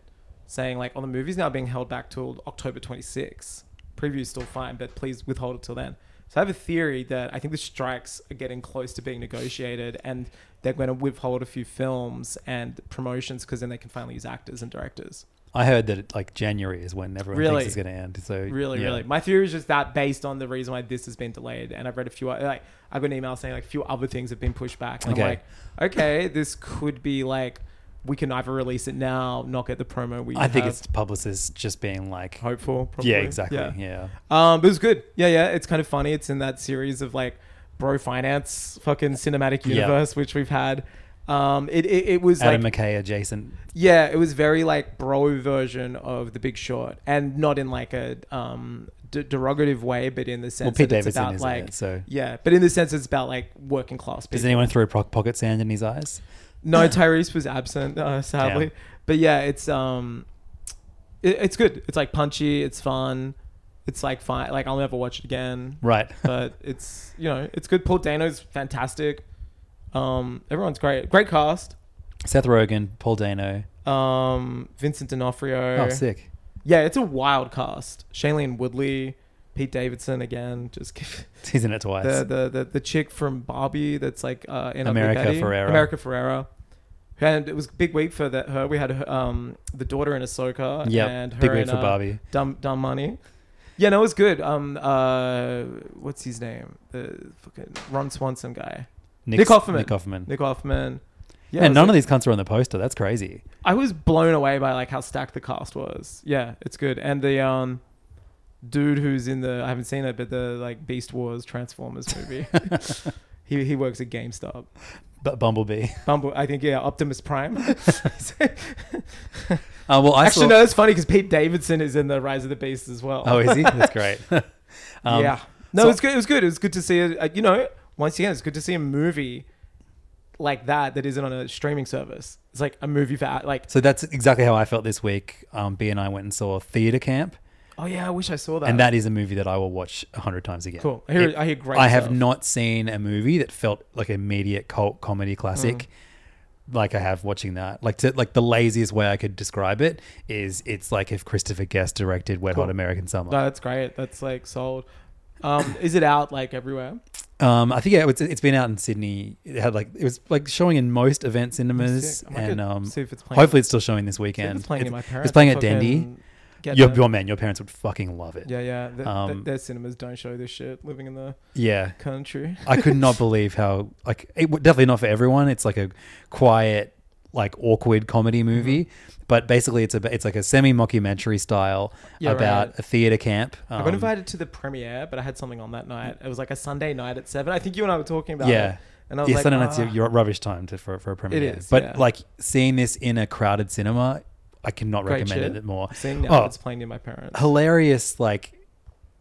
Speaker 7: saying like, oh, the movie's now being held back till October 26th. Preview's still fine, but please withhold it till then. So I have a theory that I think the strikes are getting close to being negotiated and they're going to withhold a few films and promotions because then they can finally use actors and directors.
Speaker 5: I heard that like January is when everyone
Speaker 7: Really?
Speaker 5: thinks it's going to end. So
Speaker 7: Really,
Speaker 5: yeah.
Speaker 7: really. My theory is just that based on the reason why this has been delayed, and I've read a few like I've got an email saying like a few other things have been pushed back, and
Speaker 5: Okay.
Speaker 7: I'm like, okay, this could be like we can either release it now, not get the promo. We
Speaker 5: I think
Speaker 7: have.
Speaker 5: it's publicists just being like,
Speaker 7: hopeful. Probably.
Speaker 5: yeah, exactly, yeah.
Speaker 7: Um, but it was good. Yeah, yeah. It's kind of funny. It's in that series of like bro finance fucking cinematic
Speaker 5: Yeah.
Speaker 7: universe which we've had. Um, it it, it was
Speaker 5: Adam
Speaker 7: like
Speaker 5: McKay adjacent.
Speaker 7: yeah, it was very like bro version of The Big Short, and not in like a um, de- derogative way, but in the sense
Speaker 5: Well, Pete
Speaker 7: that it's
Speaker 5: Davidson
Speaker 7: about
Speaker 5: is in
Speaker 7: like
Speaker 5: it, so-
Speaker 7: yeah, but in the sense it's about like working class people.
Speaker 5: Does anyone throw po- pocket sand in his eyes?
Speaker 7: no, Tyrese was absent, uh, sadly,
Speaker 5: Damn.
Speaker 7: but yeah, it's um, it, it's good. It's like punchy. It's fun. It's like fine. Like I'll never watch it again.
Speaker 5: Right.
Speaker 7: but it's you know it's good. Paul Dano's fantastic. Um, everyone's great. Great cast.
Speaker 5: Seth Rogen, Paul Dano.
Speaker 7: Um, Vincent D'Onofrio.
Speaker 5: Oh, sick.
Speaker 7: Yeah, it's a wild cast. Shailene Woodley, Pete Davidson again. Just give,
Speaker 5: He's in it twice.
Speaker 7: the, the the the chick from Barbie that's like uh, in Ugly
Speaker 5: America
Speaker 7: Betty.
Speaker 5: Ferrera.
Speaker 7: America Ferrera. And it was a big week for that. Her we had her, um the daughter in Ahsoka.
Speaker 5: Yep,
Speaker 7: and her
Speaker 5: big week
Speaker 7: in,
Speaker 5: for
Speaker 7: uh,
Speaker 5: Barbie.
Speaker 7: Dumb Dumb Money. Yeah, no, it was good. Um, uh, what's his name? The fucking Ron Swanson guy. Nick, Offerman.
Speaker 5: Nick Offerman.
Speaker 7: Nick Offerman. Yeah, it
Speaker 5: Man,
Speaker 7: was
Speaker 5: none
Speaker 7: a-
Speaker 5: of these cunts are on the poster. That's crazy.
Speaker 7: I was blown away by like how stacked the cast was. Yeah, it's good. And the um dude who's in the I haven't seen it, but the like Beast Wars Transformers movie. he he works at GameStop.
Speaker 5: But Bumblebee.
Speaker 7: Bumble, I think yeah, Optimus Prime.
Speaker 5: Uh, well, I
Speaker 7: Actually,
Speaker 5: saw-
Speaker 7: no, that's funny because Pete Davidson is in the Rise of the Beast as well.
Speaker 5: Oh, is he? That's great. Um,
Speaker 7: yeah. No,
Speaker 5: so-
Speaker 7: it was good. It was good. It was good to see it. uh, You know, once again, it's good to see a movie like that that isn't on a streaming service. It's like a movie for like.
Speaker 5: So that's exactly how I felt this week. Um, B and I went and saw Theatre Camp,
Speaker 7: Oh yeah, I wish I saw that.
Speaker 5: and that is a movie that I will watch a hundred times again.
Speaker 7: Cool. I hear- I hear great
Speaker 5: I have
Speaker 7: stuff.
Speaker 5: not seen a movie that felt like an immediate cult comedy classic.
Speaker 7: Mm.
Speaker 5: Like I have watching that. Like to, like the laziest way I could describe it is it's like if Christopher Guest directed Wet Hot American Summer.
Speaker 7: No, that's great. That's like sold. Um, is it out like everywhere?
Speaker 5: Um, I think yeah, it's, it's been out in Sydney. It had like it was like showing in most event cinemas,
Speaker 7: Sick. I might
Speaker 5: and
Speaker 7: go
Speaker 5: um,
Speaker 7: see if it's playing-
Speaker 5: hopefully it's still showing this weekend.
Speaker 7: it's playing in my parents.
Speaker 5: It's playing at
Speaker 7: fucking
Speaker 5: Dendy.
Speaker 7: get
Speaker 5: Your,
Speaker 7: them.
Speaker 5: your man, your parents would fucking love it.
Speaker 7: yeah, yeah. The,
Speaker 5: Um,
Speaker 7: their cinemas don't show this shit. Living in the
Speaker 5: yeah.
Speaker 7: country.
Speaker 5: I could not believe how like it w- definitely not for everyone. It's like a quiet, like awkward comedy
Speaker 7: Mm-hmm.
Speaker 5: movie, but basically it's a it's like a semi mockumentary style
Speaker 7: Yeah,
Speaker 5: about
Speaker 7: right.
Speaker 5: a theater camp. Um,
Speaker 7: I got invited to the premiere, but I had something on that night. It was like a Sunday night at seven. I think you and I were talking about
Speaker 5: Yeah.
Speaker 7: it. And I was
Speaker 5: yeah,
Speaker 7: like,
Speaker 5: Sunday night's
Speaker 7: "Ah."
Speaker 5: your- your rubbish time to, for, for a premiere.
Speaker 7: is,
Speaker 5: but
Speaker 7: yeah.
Speaker 5: like seeing this in a crowded cinema, I cannot
Speaker 7: Great
Speaker 5: recommend
Speaker 7: shit.
Speaker 5: it more. Oh.
Speaker 7: Seeing now it's playing near my parents.
Speaker 5: Hilarious, like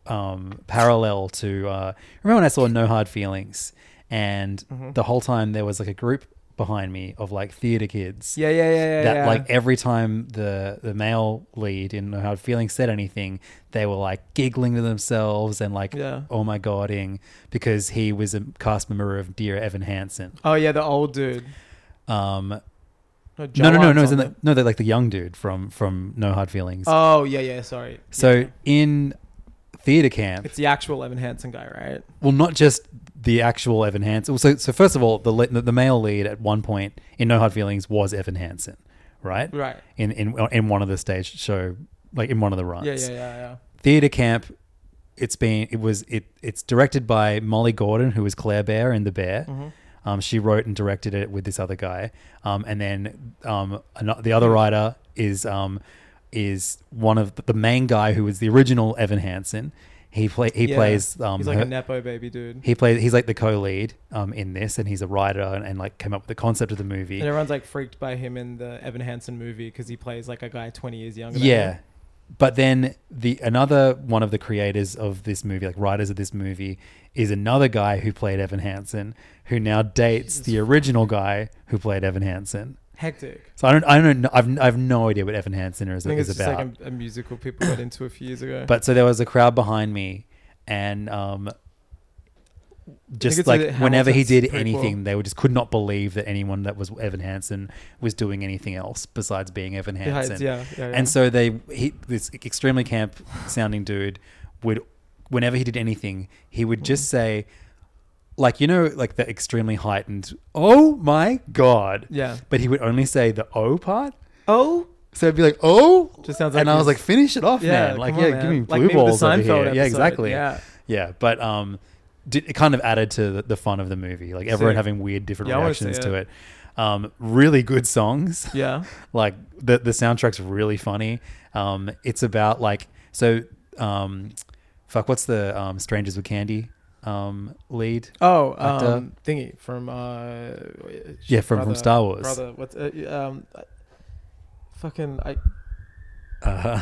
Speaker 5: um, parallel to uh, remember when I saw No Hard Feelings, and
Speaker 7: Mm-hmm.
Speaker 5: the whole time there was like a group behind me of like theater kids.
Speaker 7: Yeah, yeah, yeah, yeah,
Speaker 5: That
Speaker 7: yeah.
Speaker 5: like every time the the male lead in No Hard Feelings said anything, they were like giggling to themselves and like,
Speaker 7: Yeah.
Speaker 5: oh my godding, because he was a cast member of Dear Evan Hansen.
Speaker 7: Oh yeah, the old dude.
Speaker 5: Um,
Speaker 7: No,
Speaker 5: no, no, no, no,
Speaker 7: Joanne's
Speaker 5: it's in
Speaker 7: on
Speaker 5: the, no, they're like the young dude from from No Hard Feelings.
Speaker 7: Oh yeah, yeah. Sorry.
Speaker 5: so in theater camp,
Speaker 7: It's the actual Evan Hansen guy, right?
Speaker 5: well, not just the actual Evan Hansen. So, so first of all, the le- the male lead at one point in No Hard Feelings was Evan Hansen, right?
Speaker 7: Right.
Speaker 5: In in in one of the stage show, like in one of the runs.
Speaker 7: Yeah, yeah, yeah, yeah.
Speaker 5: Theater camp. It's been it was it it's directed by Molly Gordon, who was Claire Bear in The Bear.
Speaker 7: Mm-hmm.
Speaker 5: Um, she wrote and directed it with this other guy, um, and then um, ano- the other writer is um, is one of the, the main guy who was the original Evan Hansen. He play he
Speaker 7: Yeah.
Speaker 5: plays um,
Speaker 7: He's like a
Speaker 5: her-
Speaker 7: nepo baby dude.
Speaker 5: he plays. He's like the co-lead um, in this, and he's a writer and, and like came up with the concept of the movie.
Speaker 7: and everyone's like freaked by him in the Evan Hansen movie because he plays like a guy twenty years younger. than
Speaker 5: Yeah,
Speaker 7: him.
Speaker 5: but then the another one of the creators of this movie, like writers of this movie, is another guy who played Evan Hansen, who now dates the original guy who played Evan Hansen.
Speaker 7: hectic.
Speaker 5: So I don't, I don't know. I've, I've no idea what Evan Hansen is,
Speaker 7: I think
Speaker 5: is
Speaker 7: it's just
Speaker 5: about.
Speaker 7: like a, a musical people got into a few years ago.
Speaker 5: But so there was a crowd behind me, and um, just
Speaker 7: it's
Speaker 5: like
Speaker 7: with
Speaker 5: whenever he
Speaker 7: Hamilton's
Speaker 5: did
Speaker 7: prequel.
Speaker 5: anything, they were just could not believe that anyone that was Evan Hansen was doing anything else besides being Evan
Speaker 7: Behind-
Speaker 5: Hansen.
Speaker 7: yeah, yeah, yeah.
Speaker 5: And so they, he, this extremely camp sounding dude, would whenever he did anything, he would just
Speaker 7: Mm.
Speaker 5: say. Like you know, like the extremely heightened. Oh my god!
Speaker 7: Yeah.
Speaker 5: But he would only say the "oh" part.
Speaker 7: oh,
Speaker 5: So it'd be like, oh,
Speaker 7: Just sounds like
Speaker 5: and I was like,
Speaker 7: he's-
Speaker 5: finish it off,
Speaker 7: Yeah,
Speaker 5: man. Like,
Speaker 7: come
Speaker 5: yeah,
Speaker 7: on,
Speaker 5: give me
Speaker 7: man. Like
Speaker 5: blue
Speaker 7: me with the
Speaker 5: balls over
Speaker 7: Seinfeld
Speaker 5: here. Yeah,
Speaker 7: episode.
Speaker 5: exactly.
Speaker 7: Yeah.
Speaker 5: yeah. But um, did, it kind of added to the, the fun of the movie, like everyone
Speaker 7: Sick.
Speaker 5: having weird different
Speaker 7: Yeah, I wanna see
Speaker 5: reactions to it.
Speaker 7: it.
Speaker 5: Um, really good songs.
Speaker 7: Yeah.
Speaker 5: like the the soundtrack's really funny. Um, it's about like so um, fuck, what's the um, Strangers with Candy um lead?
Speaker 7: oh,
Speaker 5: actor?
Speaker 7: um, thingy from uh,
Speaker 5: Yeah, from- from Star Wars.
Speaker 7: Brother, what's uh, um, uh, fucking I,
Speaker 5: Uh,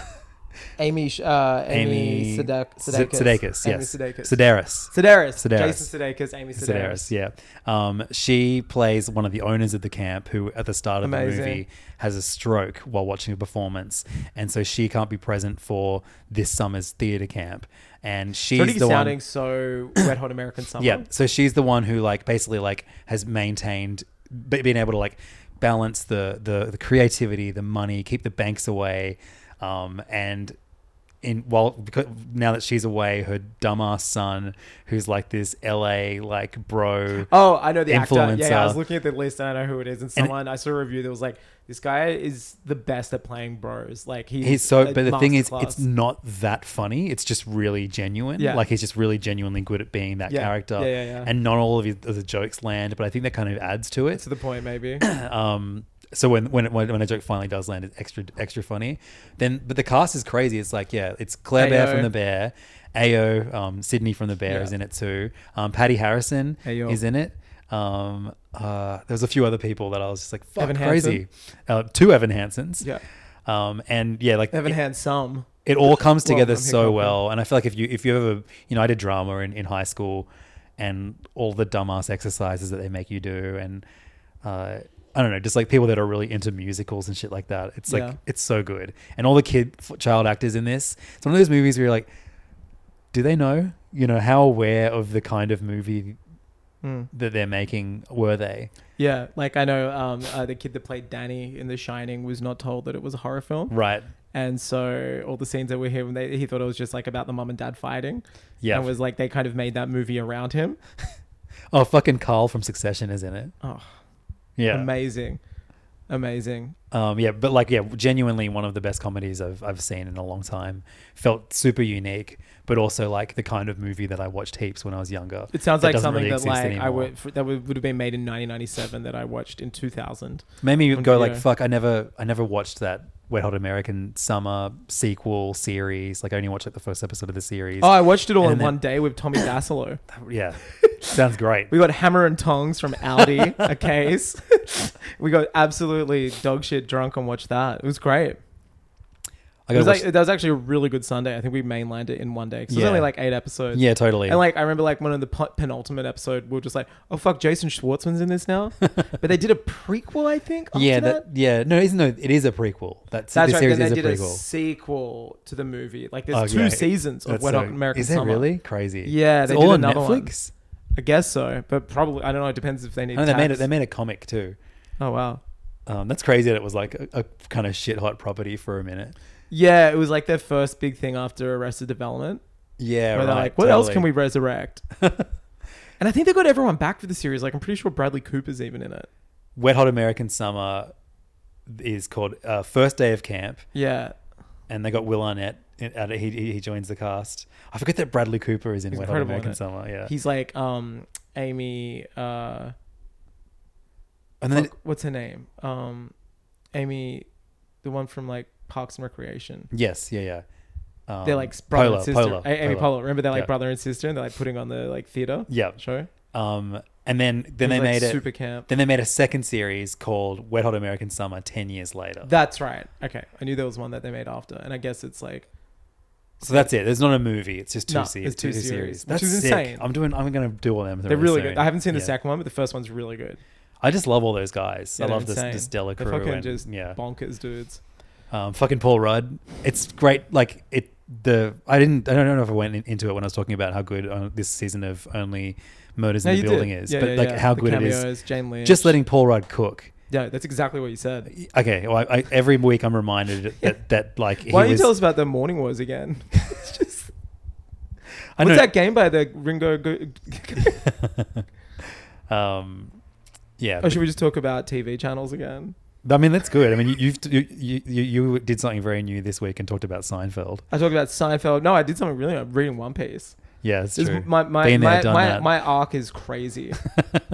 Speaker 7: Amy, Sh- uh, Amy,
Speaker 5: Amy
Speaker 7: Sudak-
Speaker 5: Sed-
Speaker 7: Sudeikis,
Speaker 5: Sudeikis,
Speaker 7: Amy
Speaker 5: yes,
Speaker 7: Sudeikis,
Speaker 5: Sedaris,
Speaker 7: Sedaris,
Speaker 5: Sedaris.
Speaker 7: Jason Sudeikis, Amy Sedaris.
Speaker 5: Sedaris, yeah. Um, she plays one of the owners of the camp who, at the start of
Speaker 7: Amazing.
Speaker 5: the movie, has a stroke while watching a performance, and so she can't be present for this summer's theater camp. And she's
Speaker 7: Pretty
Speaker 5: the
Speaker 7: sounding
Speaker 5: one.
Speaker 7: so wet hot American summer.
Speaker 5: Yeah, so she's the one who like basically like has maintained be- being able to like balance the the, the creativity, the money, keep the banks away, um, and in while because now that she's away, her dumbass son, who's like this LA like bro.
Speaker 7: Oh, I know the actor. Yeah, yeah, I was
Speaker 5: Influencer.
Speaker 7: looking at the list and I know who it is. And someone I saw a review that was like, "This guy is the best at playing bros. Like he's,
Speaker 5: He's so,
Speaker 7: a
Speaker 5: but the thing is,
Speaker 7: masterclass.
Speaker 5: it's not that funny. It's just really genuine.
Speaker 7: Yeah.
Speaker 5: Like he's just really genuinely good at being that
Speaker 7: Yeah.
Speaker 5: character.
Speaker 7: Yeah, yeah, yeah.
Speaker 5: And not all of his, of the jokes land, but I think that kind of adds to it.
Speaker 7: to the point. Maybe
Speaker 5: um, so when when when when a joke finally does land, it's extra extra funny. Then, but the cast is crazy. It's like yeah, it's Claire Bear
Speaker 7: Ayo.
Speaker 5: from the Bear, Ao um, Sydney from the Bear is
Speaker 7: Yeah.
Speaker 5: in it too. Um, Patty Harrison
Speaker 7: Ayo.
Speaker 5: is in it. Um, uh, there was a few other people that I was just like, fuck,
Speaker 7: Evan
Speaker 5: crazy. Uh, two Evan Hansons.
Speaker 7: Yeah.
Speaker 5: Um, and yeah, like
Speaker 7: Evan
Speaker 5: it-
Speaker 7: had some.
Speaker 5: it all comes together
Speaker 7: I'm
Speaker 5: so
Speaker 7: hiccuping.
Speaker 5: well and i feel like if you if you ever you know i did drama in, in high school and all the dumbass exercises that they make you do and uh I don't know, just like people that are really into musicals and shit like that. It's like
Speaker 7: Yeah.
Speaker 5: it's so good, and all the kid f- child actors in this. It's one of those movies where you're like, do they know? You know, how aware of the kind of movie
Speaker 7: Hmm.
Speaker 5: that they're making were they?
Speaker 7: Yeah, like I know um, uh, the kid that played Danny in The Shining was not told that it was a horror film,
Speaker 5: Right.
Speaker 7: and so all the scenes that were here, when they, he thought it was just like about the mum and dad fighting.
Speaker 5: Yeah.
Speaker 7: and was like they kind of made that movie around him.
Speaker 5: Oh, fucking Carl from Succession is in it.
Speaker 7: Oh,
Speaker 5: Yeah.
Speaker 7: amazing, amazing.
Speaker 5: Um, yeah, but like, yeah, genuinely one of the best comedies I've I've seen in a long time. Felt super unique, but also like the kind of movie that I watched heaps when I was younger.
Speaker 7: It sounds like
Speaker 5: doesn't
Speaker 7: something
Speaker 5: really
Speaker 7: that
Speaker 5: exist
Speaker 7: like I
Speaker 5: anymore.
Speaker 7: would for, that would, would have been made in 1997 that I watched in 2000.
Speaker 5: made me
Speaker 7: on
Speaker 5: go like,
Speaker 7: video.
Speaker 5: fuck, I never I never watched that Wet Hot American Summer sequel series. Like I only watched like the first episode of the series.
Speaker 7: Oh, I watched it all
Speaker 5: And
Speaker 7: in
Speaker 5: then-
Speaker 7: one day with Tommy Dassolo.
Speaker 5: Yeah, sounds great.
Speaker 7: We got hammer and tongs from Aldi, a case. we got absolutely dog shit drunk and watched that. It was great.
Speaker 5: I
Speaker 7: It was
Speaker 5: gotta
Speaker 7: like, that was actually a really good Sunday. I think we mainlined it in one day because it
Speaker 5: Yeah.
Speaker 7: was only like eight episodes.
Speaker 5: Yeah, totally.
Speaker 7: And like I remember like one of the pu- penultimate episode, we were just like, oh fuck, Jason Schwartzman's in this now. but they did a prequel, I think. After
Speaker 5: yeah,
Speaker 7: that.
Speaker 5: that, yeah. No, it's no. It is a prequel. That's, this
Speaker 7: That's right.
Speaker 5: series
Speaker 7: Then they
Speaker 5: is a
Speaker 7: did a
Speaker 5: prequel.
Speaker 7: sequel to the movie. Like there's
Speaker 5: Oh,
Speaker 7: two
Speaker 5: great.
Speaker 7: seasons of
Speaker 5: That's
Speaker 7: Wet
Speaker 5: so-
Speaker 7: Hot American
Speaker 5: Is that
Speaker 7: Summer.
Speaker 5: really crazy?
Speaker 7: Yeah,
Speaker 5: It's
Speaker 7: they
Speaker 5: all
Speaker 7: did
Speaker 5: on
Speaker 7: another one.
Speaker 5: Netflix?
Speaker 7: I guess so, but probably I don't know. It depends if they need.
Speaker 5: I mean, they made it.
Speaker 7: tax.
Speaker 5: They made a comic too.
Speaker 7: Oh wow.
Speaker 5: Um, that's crazy that it was like a, a kind of shit hot property for a minute.
Speaker 7: Yeah, it was like their first big thing after Arrested Development.
Speaker 5: Yeah,
Speaker 7: Where they're
Speaker 5: right,
Speaker 7: like, what else can
Speaker 5: totally.
Speaker 7: we resurrect? and I think they got everyone back for the series. Like, I'm pretty sure Bradley Cooper's even in it.
Speaker 5: Wet Hot American Summer is called uh, First Day of Camp.
Speaker 7: Yeah.
Speaker 5: And they got Will Arnett. In, at, he, he he joins the cast. I forget that Bradley Cooper is in
Speaker 7: He's
Speaker 5: Wet Hot
Speaker 7: incredible. in
Speaker 5: American
Speaker 7: it.
Speaker 5: Summer. Yeah.
Speaker 7: He's like, um, Amy, uh,
Speaker 5: and then
Speaker 7: fuck, what's her name? Um, Amy, the one from like Parks and Recreation.
Speaker 5: yes, yeah, yeah. Um,
Speaker 7: they're like brother
Speaker 5: Polar,
Speaker 7: and sister.
Speaker 5: Polar,
Speaker 7: A- Amy
Speaker 5: Polar.
Speaker 7: Pollard. Remember they're like
Speaker 5: Yeah.
Speaker 7: brother and sister and they're like putting on the like theater
Speaker 5: Yeah.
Speaker 7: show?
Speaker 5: Um, and then then
Speaker 7: It
Speaker 5: they
Speaker 7: was, like,
Speaker 5: made it.
Speaker 7: Super Camp.
Speaker 5: Then they made a second series called Wet Hot American Summer. Ten years later.
Speaker 7: That's right. Okay. I knew there was one that they made after. And I guess it's like,
Speaker 5: so that's it. There's not a movie. It's just two,
Speaker 7: No,
Speaker 5: se-
Speaker 7: it's two
Speaker 5: two series.
Speaker 7: series,
Speaker 5: That's
Speaker 7: which is
Speaker 5: sick.
Speaker 7: insane.
Speaker 5: I'm doing. I'm gonna do all them.
Speaker 7: they're really
Speaker 5: soon.
Speaker 7: good. I haven't seen the
Speaker 5: Yeah.
Speaker 7: second one, but the first one's really good.
Speaker 5: I just love all those guys.
Speaker 7: Yeah,
Speaker 5: I
Speaker 7: they're
Speaker 5: love this
Speaker 7: insane.
Speaker 5: this Dela
Speaker 7: They're
Speaker 5: Crew
Speaker 7: fucking
Speaker 5: and
Speaker 7: just
Speaker 5: yeah,
Speaker 7: bonkers dudes.
Speaker 5: um, fucking Paul Rudd. It's great. Like it. The I didn't. I don't know if I went in- into it when I was talking about how good uh, this season of Only Murders in
Speaker 7: No,
Speaker 5: the
Speaker 7: you
Speaker 5: Building
Speaker 7: did.
Speaker 5: is,
Speaker 7: Yeah,
Speaker 5: but
Speaker 7: yeah,
Speaker 5: like
Speaker 7: yeah.
Speaker 5: how
Speaker 7: The
Speaker 5: good it
Speaker 7: cameos,
Speaker 5: is.
Speaker 7: Jane Lynch.
Speaker 5: Just letting Paul Rudd cook.
Speaker 7: Yeah, that's exactly what you said.
Speaker 5: Okay, well, I, I, every week I'm reminded that that, like he
Speaker 7: Why don't you
Speaker 5: was-
Speaker 7: tell us about the Morning Wars again? It's just,
Speaker 5: I
Speaker 7: what's
Speaker 5: know-
Speaker 7: that game by the Ringo? Go-
Speaker 5: um, yeah.
Speaker 7: or should we just talk about TV channels again?
Speaker 5: I mean, that's good. I mean, you, you've you, you you you did something very new this week and talked about Seinfeld.
Speaker 7: I talked about Seinfeld. No, I did something really. I'm reading One Piece.
Speaker 5: Yeah, it's
Speaker 7: This-
Speaker 5: true.
Speaker 7: My my
Speaker 5: Been there,
Speaker 7: my,
Speaker 5: done
Speaker 7: my,
Speaker 5: that.
Speaker 7: my arc is crazy.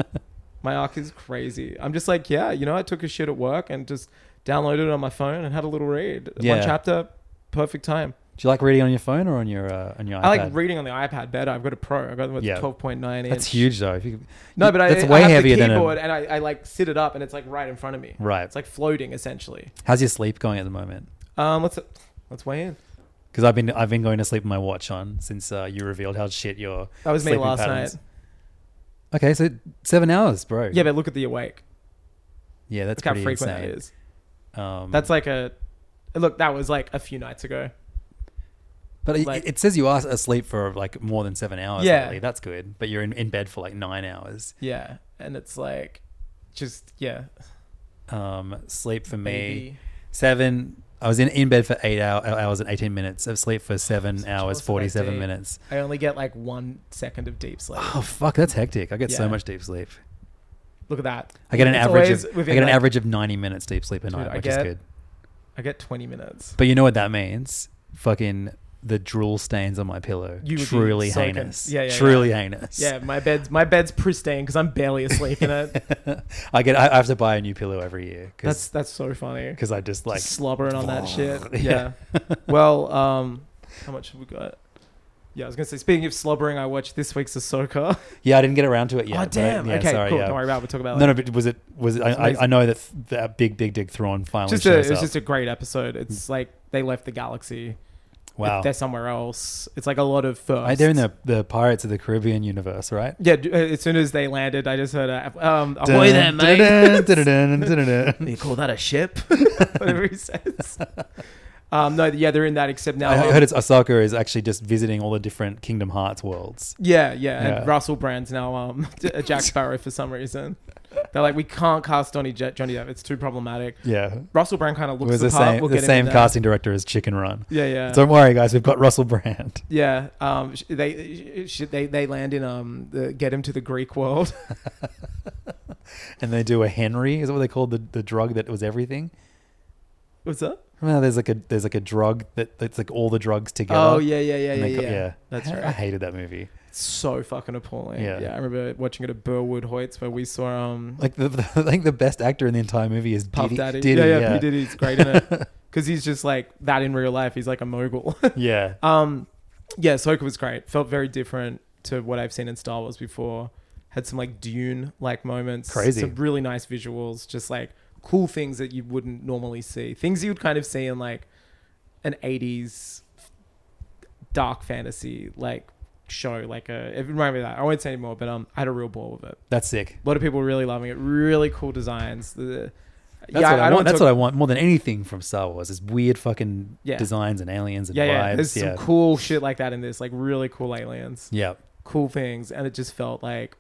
Speaker 7: my arc is crazy. I'm just like, yeah, you know, I took a shit at work and just downloaded it on my phone and had a little read.
Speaker 5: Yeah.
Speaker 7: One chapter, perfect time.
Speaker 5: Do you like reading on your phone or on your uh, on your iPad?
Speaker 7: I like reading on the iPad better. I've got a Pro. I've got the
Speaker 5: Yeah.
Speaker 7: 12.9 inch.
Speaker 5: That's huge though. If you,
Speaker 7: No, but
Speaker 5: that's
Speaker 7: I,
Speaker 5: way
Speaker 7: I have
Speaker 5: heavier
Speaker 7: the
Speaker 5: than
Speaker 7: keyboard
Speaker 5: a,
Speaker 7: and I, I like sit it up and it's like right in front of me.
Speaker 5: Right.
Speaker 7: It's like floating essentially.
Speaker 5: How's your sleep going at the moment?
Speaker 7: Um, let's let's weigh in.
Speaker 5: Because I've been I've been going to sleep with my watch on since uh, you revealed how shit your
Speaker 7: That was me
Speaker 5: sleeping
Speaker 7: last
Speaker 5: patterns-
Speaker 7: night.
Speaker 5: Okay, so seven hours, bro.
Speaker 7: Yeah, but look at the awake.
Speaker 5: yeah, that's
Speaker 7: Look how
Speaker 5: pretty
Speaker 7: frequent
Speaker 5: insane.
Speaker 7: that is.
Speaker 5: Um,
Speaker 7: That's like a look. That was like a few nights ago.
Speaker 5: but it,
Speaker 7: like-
Speaker 5: it says you are asleep for like more than seven hours.
Speaker 7: Yeah.
Speaker 5: lately. that's good. But you're in, in bed for like nine hours.
Speaker 7: Yeah, and it's like just yeah.
Speaker 5: Um, sleep for me
Speaker 7: Maybe.
Speaker 5: seven. I was in, in bed for eight hour, hours and eighteen minutes. Of sleep for seven hours
Speaker 7: Jealous of that
Speaker 5: forty seven
Speaker 7: deep.
Speaker 5: minutes.
Speaker 7: I only get like one second of deep sleep.
Speaker 5: Oh fuck, that's hectic. I get so
Speaker 7: Yeah.
Speaker 5: much deep sleep.
Speaker 7: Look at that.
Speaker 5: I get an
Speaker 7: It's
Speaker 5: average.
Speaker 7: always
Speaker 5: Of, I
Speaker 7: within,
Speaker 5: get an
Speaker 7: like-
Speaker 5: average of ninety minutes deep sleep a
Speaker 7: Dude,
Speaker 5: night,
Speaker 7: I
Speaker 5: which is
Speaker 7: get-
Speaker 5: good.
Speaker 7: I get twenty minutes.
Speaker 5: But you know what that means? Fucking the drool stains on my pillow.
Speaker 7: You would be
Speaker 5: truly
Speaker 7: so con-
Speaker 5: heinous.
Speaker 7: Yeah, yeah,
Speaker 5: truly
Speaker 7: yeah.
Speaker 5: heinous.
Speaker 7: Yeah, my bed's my bed's pristine because I'm barely asleep in it.
Speaker 5: I get. I I have to buy a new pillow every year because
Speaker 7: That's that's so funny.
Speaker 5: because I just like
Speaker 7: Just slobbering on that shit.
Speaker 5: Yeah.
Speaker 7: Yeah. well, um, how much have we got? Yeah, I was gonna say. Speaking of slobbering, I watched this week's Ahsoka.
Speaker 5: yeah. I didn't get around to it yet.
Speaker 7: oh
Speaker 5: but I-
Speaker 7: damn!
Speaker 5: yeah,
Speaker 7: okay,
Speaker 5: sorry,
Speaker 7: cool.
Speaker 5: Yeah.
Speaker 7: Don't worry about. it. We'll talk about. it
Speaker 5: No, no,
Speaker 7: later.
Speaker 5: but was it? Was it?
Speaker 7: It's
Speaker 5: I, I, I
Speaker 7: amazing.
Speaker 5: know that that big, big, dig Thrawn finally
Speaker 7: just a,
Speaker 5: shows
Speaker 7: it was
Speaker 5: up.
Speaker 7: just a great episode. It's like they left the galaxy.
Speaker 5: Wow.
Speaker 7: they're somewhere else. It's like a lot of firsts.
Speaker 5: I- They're in the, the Pirates of the Caribbean universe, right?
Speaker 7: Yeah, d- uh, as soon as they landed, I just heard, a, um,
Speaker 5: Dun,
Speaker 7: ahoy there,
Speaker 5: dun,
Speaker 7: mate.
Speaker 5: dun, dun, dun, dun, dun.
Speaker 7: you call that a ship? Whatever he says. Um, no, yeah, they're in that except now.
Speaker 5: I
Speaker 7: um,
Speaker 5: heard it's Osaka is actually just visiting all the different Kingdom Hearts worlds.
Speaker 7: Yeah, yeah.
Speaker 5: Yeah.
Speaker 7: And Russell Brand's now um, a Jack Sparrow for some reason. They're like, we can't cast Johnny Jet, Johnny Depp. It's too problematic.
Speaker 5: Yeah.
Speaker 7: Russell Brand kind of
Speaker 5: It
Speaker 7: looks
Speaker 5: was
Speaker 7: the,
Speaker 5: the
Speaker 7: part.
Speaker 5: same
Speaker 7: We'll
Speaker 5: the
Speaker 7: get him
Speaker 5: same
Speaker 7: in there.
Speaker 5: casting director as Chicken Run.
Speaker 7: Yeah, yeah.
Speaker 5: Don't worry, guys. We've got Russell Brand.
Speaker 7: Yeah, um, sh- they sh- sh- they they land in um the, get him to the Greek world.
Speaker 5: And they do a Henry. Is that what they called the, the drug that was everything?
Speaker 7: What's up?
Speaker 5: Remember, there's like a there's like a drug that that's like all the drugs together.
Speaker 7: Oh, yeah, yeah, yeah,
Speaker 5: And they
Speaker 7: yeah,
Speaker 5: co-
Speaker 7: yeah. That's
Speaker 5: I, I
Speaker 7: right.
Speaker 5: hated that movie.
Speaker 7: So fucking appalling.
Speaker 5: Yeah.
Speaker 7: I remember watching it at Burwood Hoyts where we saw um
Speaker 5: Like the, the I think the best actor in the entire movie is
Speaker 7: Puff
Speaker 5: Diddy.
Speaker 7: Daddy.
Speaker 5: Diddy,
Speaker 7: yeah, yeah, P Diddy's great in it because he's just like that in real life. He's like a mogul.
Speaker 5: Yeah.
Speaker 7: Um, yeah, Soka was great. Felt very different to what I've seen in Star Wars before. Had some like Dune like moments.
Speaker 5: Crazy.
Speaker 7: Some really nice visuals. Just like cool things that you wouldn't normally see. Things you would kind of see in like an '80s dark fantasy like show. Like a it reminded me of that. I won't say anymore, but um, I had a real ball with it.
Speaker 5: That's sick.
Speaker 7: A lot of people were really loving it. Really cool designs. The,
Speaker 5: That's
Speaker 7: yeah,
Speaker 5: what I,
Speaker 7: don't
Speaker 5: want. That's
Speaker 7: talk-
Speaker 5: what I want more than anything from Star Wars. Is weird fucking
Speaker 7: Yeah.
Speaker 5: designs and aliens and
Speaker 7: yeah, yeah.
Speaker 5: vibes.
Speaker 7: There's some cool shit like that in this, like really cool aliens,
Speaker 5: yeah.
Speaker 7: cool things, and it just felt like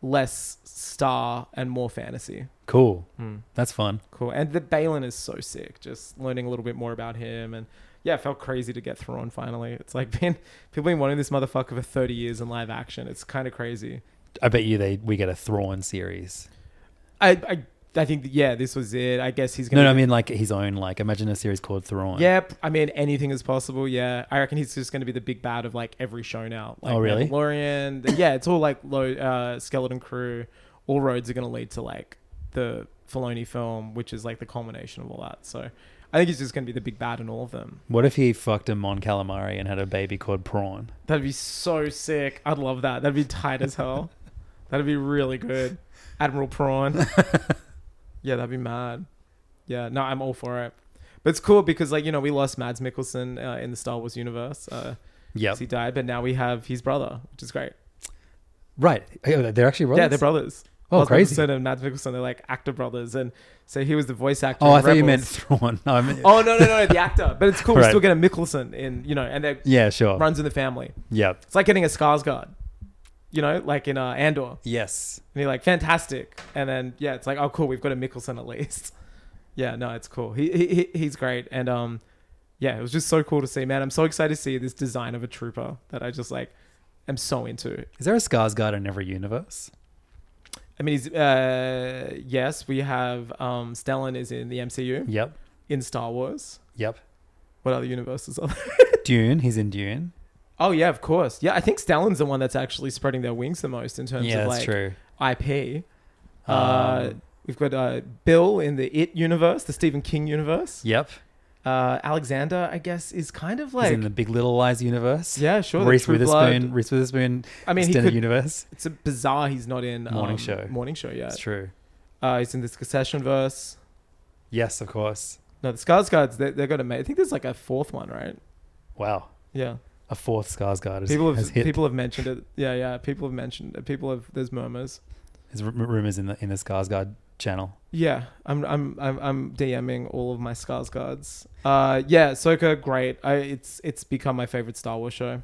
Speaker 7: less star and more fantasy.
Speaker 5: Cool.
Speaker 7: Mm.
Speaker 5: That's fun.
Speaker 7: Cool. And the Balin is so sick. Just learning a little bit more about him, and yeah, it felt crazy to get Thrawn finally. It's like been people been wanting this motherfucker for 30 years in live action. It's kind of crazy.
Speaker 5: I bet you they we get a Thrawn series.
Speaker 7: I I, I think that, yeah, this was it. I guess he's
Speaker 5: No,
Speaker 7: gonna.
Speaker 5: no,
Speaker 7: be-
Speaker 5: I mean like his own. Like imagine a series called Thrawn.
Speaker 7: Yep. I mean, anything is possible. Yeah. I reckon he's just going to be the big bad of like every show now. Like
Speaker 5: Oh, really?
Speaker 7: Mandalorian. th- Yeah. It's all like low, uh, Skeleton Crew. All roads are going to lead to like the Filoni film, which is like the culmination of all that. So I think he's just going to be the big bad in all of them.
Speaker 5: What if he fucked a Mon Calamari and had a baby called Prawn?
Speaker 7: That'd be so sick. I'd love that. That'd be tight as hell. That'd be really good. Admiral Prawn. yeah, that'd be mad. Yeah, no, I'm all for it. But it's cool because, like, you know, we lost Mads Mikkelsen uh, in the Star Wars universe. Uh, 'cause
Speaker 5: Yep.
Speaker 7: He died, but now we have his brother, which is great.
Speaker 5: Right. Oh, They're actually brothers.
Speaker 7: Yeah, they're brothers.
Speaker 5: Oh,
Speaker 7: Mads
Speaker 5: crazy.
Speaker 7: Mikkelsen and Mads Mikkelsen, they're like actor brothers. And so he was the voice actor.
Speaker 5: Oh,
Speaker 7: in
Speaker 5: I thought you
Speaker 7: Rebels.
Speaker 5: meant Thrawn. No, I meant,
Speaker 7: Oh, no, no, no, the actor. But it's cool.
Speaker 5: Right.
Speaker 7: We still get a Mikkelsen in, you know, and it
Speaker 5: Yeah, sure.
Speaker 7: runs in the family.
Speaker 5: Yep.
Speaker 7: It's like getting a Skarsgård, you know, like in uh, Andor.
Speaker 5: Yes.
Speaker 7: And you're like, fantastic. And then yeah, it's like, oh cool, we've got a Mickelson at least. yeah, no, it's cool. He, he he- he's great. And um yeah, it was just so cool to see, man. I'm so excited to see this design of a trooper that I just like am so into.
Speaker 5: Is there a Skarsgård in every universe?
Speaker 7: I mean he's uh yes, we have um Stellan is in the MCU
Speaker 5: Yep.
Speaker 7: in Star Wars.
Speaker 5: Yep.
Speaker 7: What other universes are there?
Speaker 5: Dune. He's in Dune.
Speaker 7: oh yeah, of course. Yeah, I think Stellan's the one that's actually spreading their wings the most in terms
Speaker 5: Yeah,
Speaker 7: of
Speaker 5: that's
Speaker 7: like
Speaker 5: true. Um,
Speaker 7: IP. Uh, we've got uh, Bill in the It universe, the Stephen King universe.
Speaker 5: Yep.
Speaker 7: Uh, Alexander, I guess, is kind of
Speaker 5: he's
Speaker 7: like
Speaker 5: in the Big Little Lies universe.
Speaker 7: yeah, sure. the
Speaker 5: Reese
Speaker 7: True
Speaker 5: Witherspoon.
Speaker 7: Blood.
Speaker 5: Reese Witherspoon.
Speaker 7: I mean, he
Speaker 5: extended
Speaker 7: could-
Speaker 5: universe.
Speaker 7: It's a bizarre. He's not in um,
Speaker 5: Morning Show.
Speaker 7: Morning show, yeah.
Speaker 5: It's true.
Speaker 7: Uh, he's in the Succession verse.
Speaker 5: Yes, of course.
Speaker 7: No, the Skarsgårds. They, they're gonna make. I think there's like a fourth one, right?
Speaker 5: Wow.
Speaker 7: Yeah.
Speaker 5: A fourth Skarsgård has,
Speaker 7: People
Speaker 5: has
Speaker 7: have
Speaker 5: hit.
Speaker 7: people have mentioned it. Yeah, yeah. People have mentioned. It. People have. There's murmurs.
Speaker 5: There's r- rumors in the in the Skarsgård channel.
Speaker 7: Yeah, I'm I'm I'm I'm DMing all of my scars guards. Uh, yeah, Soka, great. I it's it's become my favorite Star Wars show.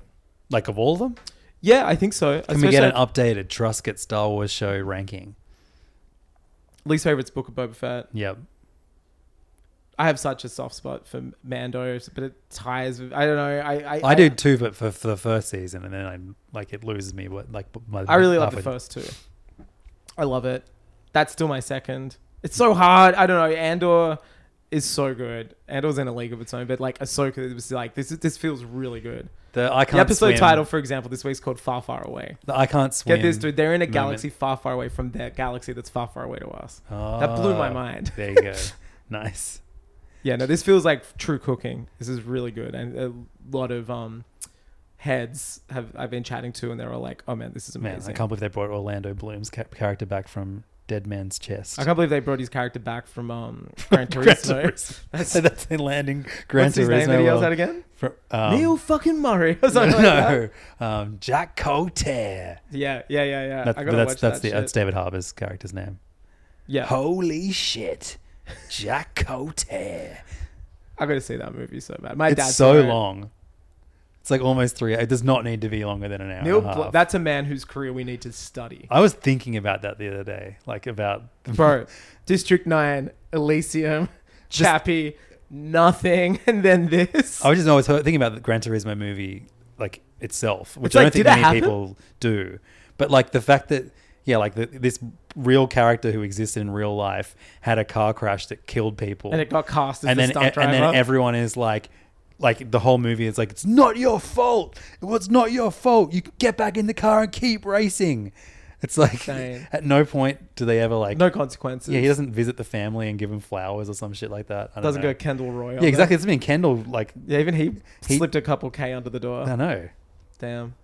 Speaker 5: Like of all of them,
Speaker 7: Yeah, I think so.
Speaker 5: can we get
Speaker 7: Especially-
Speaker 5: an updated Truscott Star Wars show ranking?
Speaker 7: least favorite's Book of Boba Fett?
Speaker 5: Yep.
Speaker 7: I have such a soft spot for Mando, but it ties. With, I don't know. I I,
Speaker 5: I do too, but for, for the first season, and then I like it loses me. What like my,
Speaker 7: I really love the
Speaker 5: halfway-
Speaker 7: first two. I love it. That's still my second. It's so hard. I don't know. Andor is so good. Andor's in a league of its own, but like Ahsoka it was like this. is- This feels really good.
Speaker 5: The I
Speaker 7: The
Speaker 5: can't
Speaker 7: episode
Speaker 5: swim.
Speaker 7: title, for example, this week's called "Far, Far Away."
Speaker 5: The I can't swim.
Speaker 7: Get this, dude. They're in a
Speaker 5: moment.
Speaker 7: galaxy far, far away from that galaxy that's far, far away to us. that blew my
Speaker 5: Ah,
Speaker 7: mind.
Speaker 5: there you go. nice.
Speaker 7: Yeah, no, this feels like true cooking. This is really good, and a lot of um heads have I've been chatting to, and they're all like, "Oh man, this is
Speaker 5: Man,
Speaker 7: amazing."
Speaker 5: I can't believe they brought Orlando Bloom's ca- character back from Dead Man's Chest.
Speaker 7: I can't believe they brought his character back from um Gran
Speaker 5: Gran
Speaker 7: Turismo.
Speaker 5: Turismo. That's that's the landing. Gran
Speaker 7: What's his name that
Speaker 5: Turismo
Speaker 7: he yells
Speaker 5: world.
Speaker 7: out again?
Speaker 5: For- um,
Speaker 7: Neil fucking Murray. Or something like that.
Speaker 5: no, um, Jack Coulter.
Speaker 7: Yeah, yeah, yeah, yeah.
Speaker 5: That-
Speaker 7: I gotta
Speaker 5: that's
Speaker 7: watch
Speaker 5: that's
Speaker 7: that
Speaker 5: the
Speaker 7: shit.
Speaker 5: that's David Harbour's character's name.
Speaker 7: yeah.
Speaker 5: Holy shit, Jack Coulter!
Speaker 7: I gotta see that movie so bad. My
Speaker 5: It's
Speaker 7: dad's
Speaker 5: so
Speaker 7: favorite.
Speaker 5: long. It's like almost three. It does not need to be longer than an hour.
Speaker 7: Neil,
Speaker 5: and a
Speaker 7: Bl-
Speaker 5: half.
Speaker 7: that's a man whose career we need to study.
Speaker 5: I was thinking about that the other day, like about
Speaker 7: bro. District Nine, Elysium, Chappie, nothing, and then this.
Speaker 5: I was just always thinking about the Gran Turismo movie, like itself, which
Speaker 7: It's
Speaker 5: I don't
Speaker 7: like,
Speaker 5: think
Speaker 7: did that
Speaker 5: many
Speaker 7: happen?
Speaker 5: people do. But like the fact that, yeah, like the, this real character who existed in real life had a car crash that killed people,
Speaker 7: And it got cast as
Speaker 5: and
Speaker 7: the
Speaker 5: then e-,
Speaker 7: stunt
Speaker 5: and then
Speaker 7: driver.
Speaker 5: everyone is like. Like the whole movie is like it's not your fault. It was not your fault. You get back in the car and keep racing. It's like
Speaker 7: Insane.
Speaker 5: at no point do they ever like
Speaker 7: No consequences.
Speaker 5: Yeah, he doesn't visit the family and give him flowers or some shit like that. I don't
Speaker 7: Doesn't
Speaker 5: know.
Speaker 7: go Kendall Roy on
Speaker 5: Yeah, exactly.
Speaker 7: it.
Speaker 5: It's been Kendall like
Speaker 7: Yeah, even he,
Speaker 5: He-
Speaker 7: slipped a couple K under the door.
Speaker 5: I know.
Speaker 7: Damn.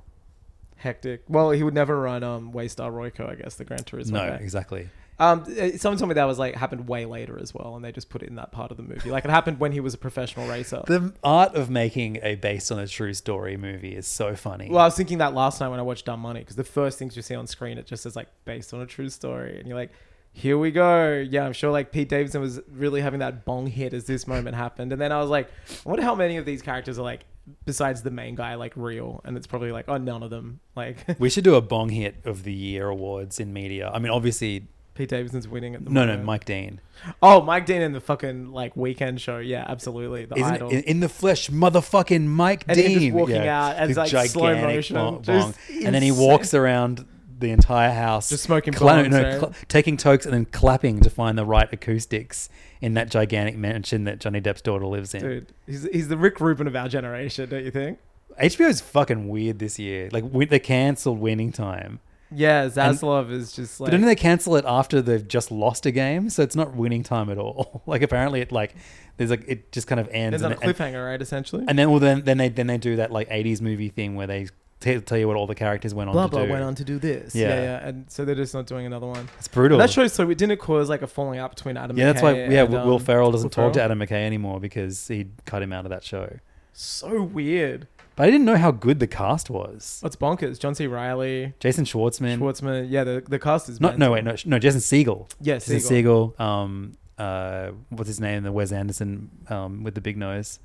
Speaker 7: Hectic. Well, he would never run um, Waystar Royco, I guess, the Gran Turismo.
Speaker 5: No,
Speaker 7: guy.
Speaker 5: exactly.
Speaker 7: Um, eh, someone told me that was like happened way later as well, and they just put it in that part of the movie. Like it happened when he was a professional racer.
Speaker 5: The art of making a based on a true story movie is so funny.
Speaker 7: well, I was thinking that last night when I watched Dumb Money because the first things you see on screen it just says like based on a true story, and you're like, here we go. Yeah, I'm sure like Pete Davidson was really having that bong hit as this moment happened, and then I was like, I wonder how many of these characters are like besides the main guy like real, and it's probably like oh none of them like
Speaker 5: we should do a bong hit of the year awards in media. I mean, obviously,
Speaker 7: Pete Davidson's winning at the
Speaker 5: no, no,
Speaker 7: moment.
Speaker 5: Mike Dean.
Speaker 7: Oh, Mike Dean in the fucking like weekend show. Yeah, absolutely. The
Speaker 5: Isn't it-
Speaker 7: idol.
Speaker 5: in, in the flesh, motherfucking Mike
Speaker 7: And him
Speaker 5: Dean.
Speaker 7: just walking out as,
Speaker 5: This
Speaker 7: like, slow
Speaker 5: gigantic
Speaker 7: motion.
Speaker 5: bong-
Speaker 7: Just
Speaker 5: bong. And then he walks around the entire house,
Speaker 7: Just smoking
Speaker 5: cla-
Speaker 7: bongs, eh?
Speaker 5: no,
Speaker 7: right?
Speaker 5: cla- taking tokes and then clapping to find the right acoustics in that gigantic mansion that Johnny Depp's daughter lives in.
Speaker 7: Dude, he's, he's the Rick Rubin of our generation, don't you think?
Speaker 5: HBO is fucking weird this year. Like we, they cancelled Winning Time,
Speaker 7: Yeah, Zaslav is just
Speaker 5: but
Speaker 7: like.
Speaker 5: didn't they cancel it after they've just lost a game? So it's not Winning Time at all. Like apparently it like there's like it just kind of ends.
Speaker 7: There's a
Speaker 5: And, and,
Speaker 7: cliffhanger, right? Essentially,
Speaker 5: and then well then then they then they do that like '80s movie thing where they t- tell you what all the characters went on
Speaker 7: blah
Speaker 5: to
Speaker 7: blah
Speaker 5: do.
Speaker 7: went on to do this.
Speaker 5: Yeah.
Speaker 7: Yeah. yeah, and so they're just not doing another one.
Speaker 5: It's brutal.
Speaker 7: That shows so it didn't cause like a falling out between Adam.
Speaker 5: yeah, that's
Speaker 7: McKay
Speaker 5: why yeah
Speaker 7: and,
Speaker 5: Will
Speaker 7: um,
Speaker 5: Ferrell doesn't
Speaker 7: Will
Speaker 5: talk to
Speaker 7: Ferrell.
Speaker 5: Adam McKay anymore because he cut him out of that show.
Speaker 7: So weird.
Speaker 5: But I didn't know how good the cast was.
Speaker 7: It's bonkers. John C. Riley,
Speaker 5: Jason Schwartzman.
Speaker 7: Schwartzman. Yeah, the, the cast is
Speaker 5: Not, no,
Speaker 7: mental.
Speaker 5: wait, no, sh- no, Jason Siegel.
Speaker 7: Yeah,
Speaker 5: Jason Siegel. Um, uh, what's his name? The Wes Anderson um, with the big nose.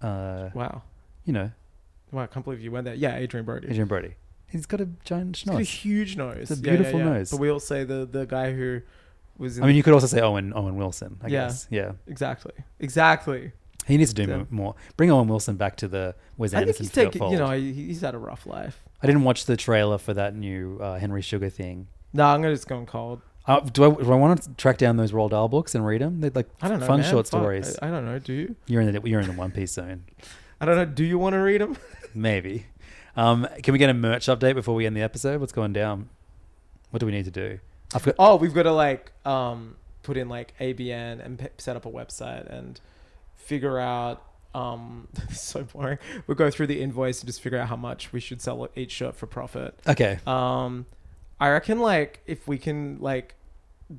Speaker 5: Uh,
Speaker 7: Wow,
Speaker 5: you know,
Speaker 7: wow, I can't believe you went there. Yeah, Adrian Brody.
Speaker 5: Adrian Brody. He's got a giant
Speaker 7: He's got a
Speaker 5: schnoz.
Speaker 7: huge
Speaker 5: It's
Speaker 7: nose.
Speaker 5: a beautiful nose.
Speaker 7: But we all say the the guy who was in
Speaker 5: I mean, you could also say Owen Owen Wilson. I
Speaker 7: Yeah.
Speaker 5: guess. Yeah,
Speaker 7: exactly, exactly.
Speaker 5: he needs to do
Speaker 7: Yeah.
Speaker 5: mo- more. Bring Owen Wilson back to the Wes
Speaker 7: I think
Speaker 5: Anderson
Speaker 7: he's taking.
Speaker 5: fold.
Speaker 7: You know, he, he's had a rough life.
Speaker 5: I didn't watch the trailer for that new uh, Henry Sugar thing.
Speaker 7: No, I'm gonna just go and cold.
Speaker 5: Uh, do I, do I want to track down those Roald Dahl books and read them? They're like
Speaker 7: I don't know.
Speaker 5: fun
Speaker 7: man.
Speaker 5: short
Speaker 7: Fuck.
Speaker 5: stories.
Speaker 7: I, I don't know. Do you?
Speaker 5: you're in the you're in the One Piece zone.
Speaker 7: I don't know. Do you want to read them?
Speaker 5: Maybe. Um, can we get a merch update before we end the episode? What's going down? What do we need to do? I've got.
Speaker 7: oh, we've got to like um put in like ABN and p- set up a website and figure out. Um, this is so boring. We'll go through the invoice and just figure out how much we should sell each shirt for profit.
Speaker 5: Okay.
Speaker 7: Um, I reckon like if we can like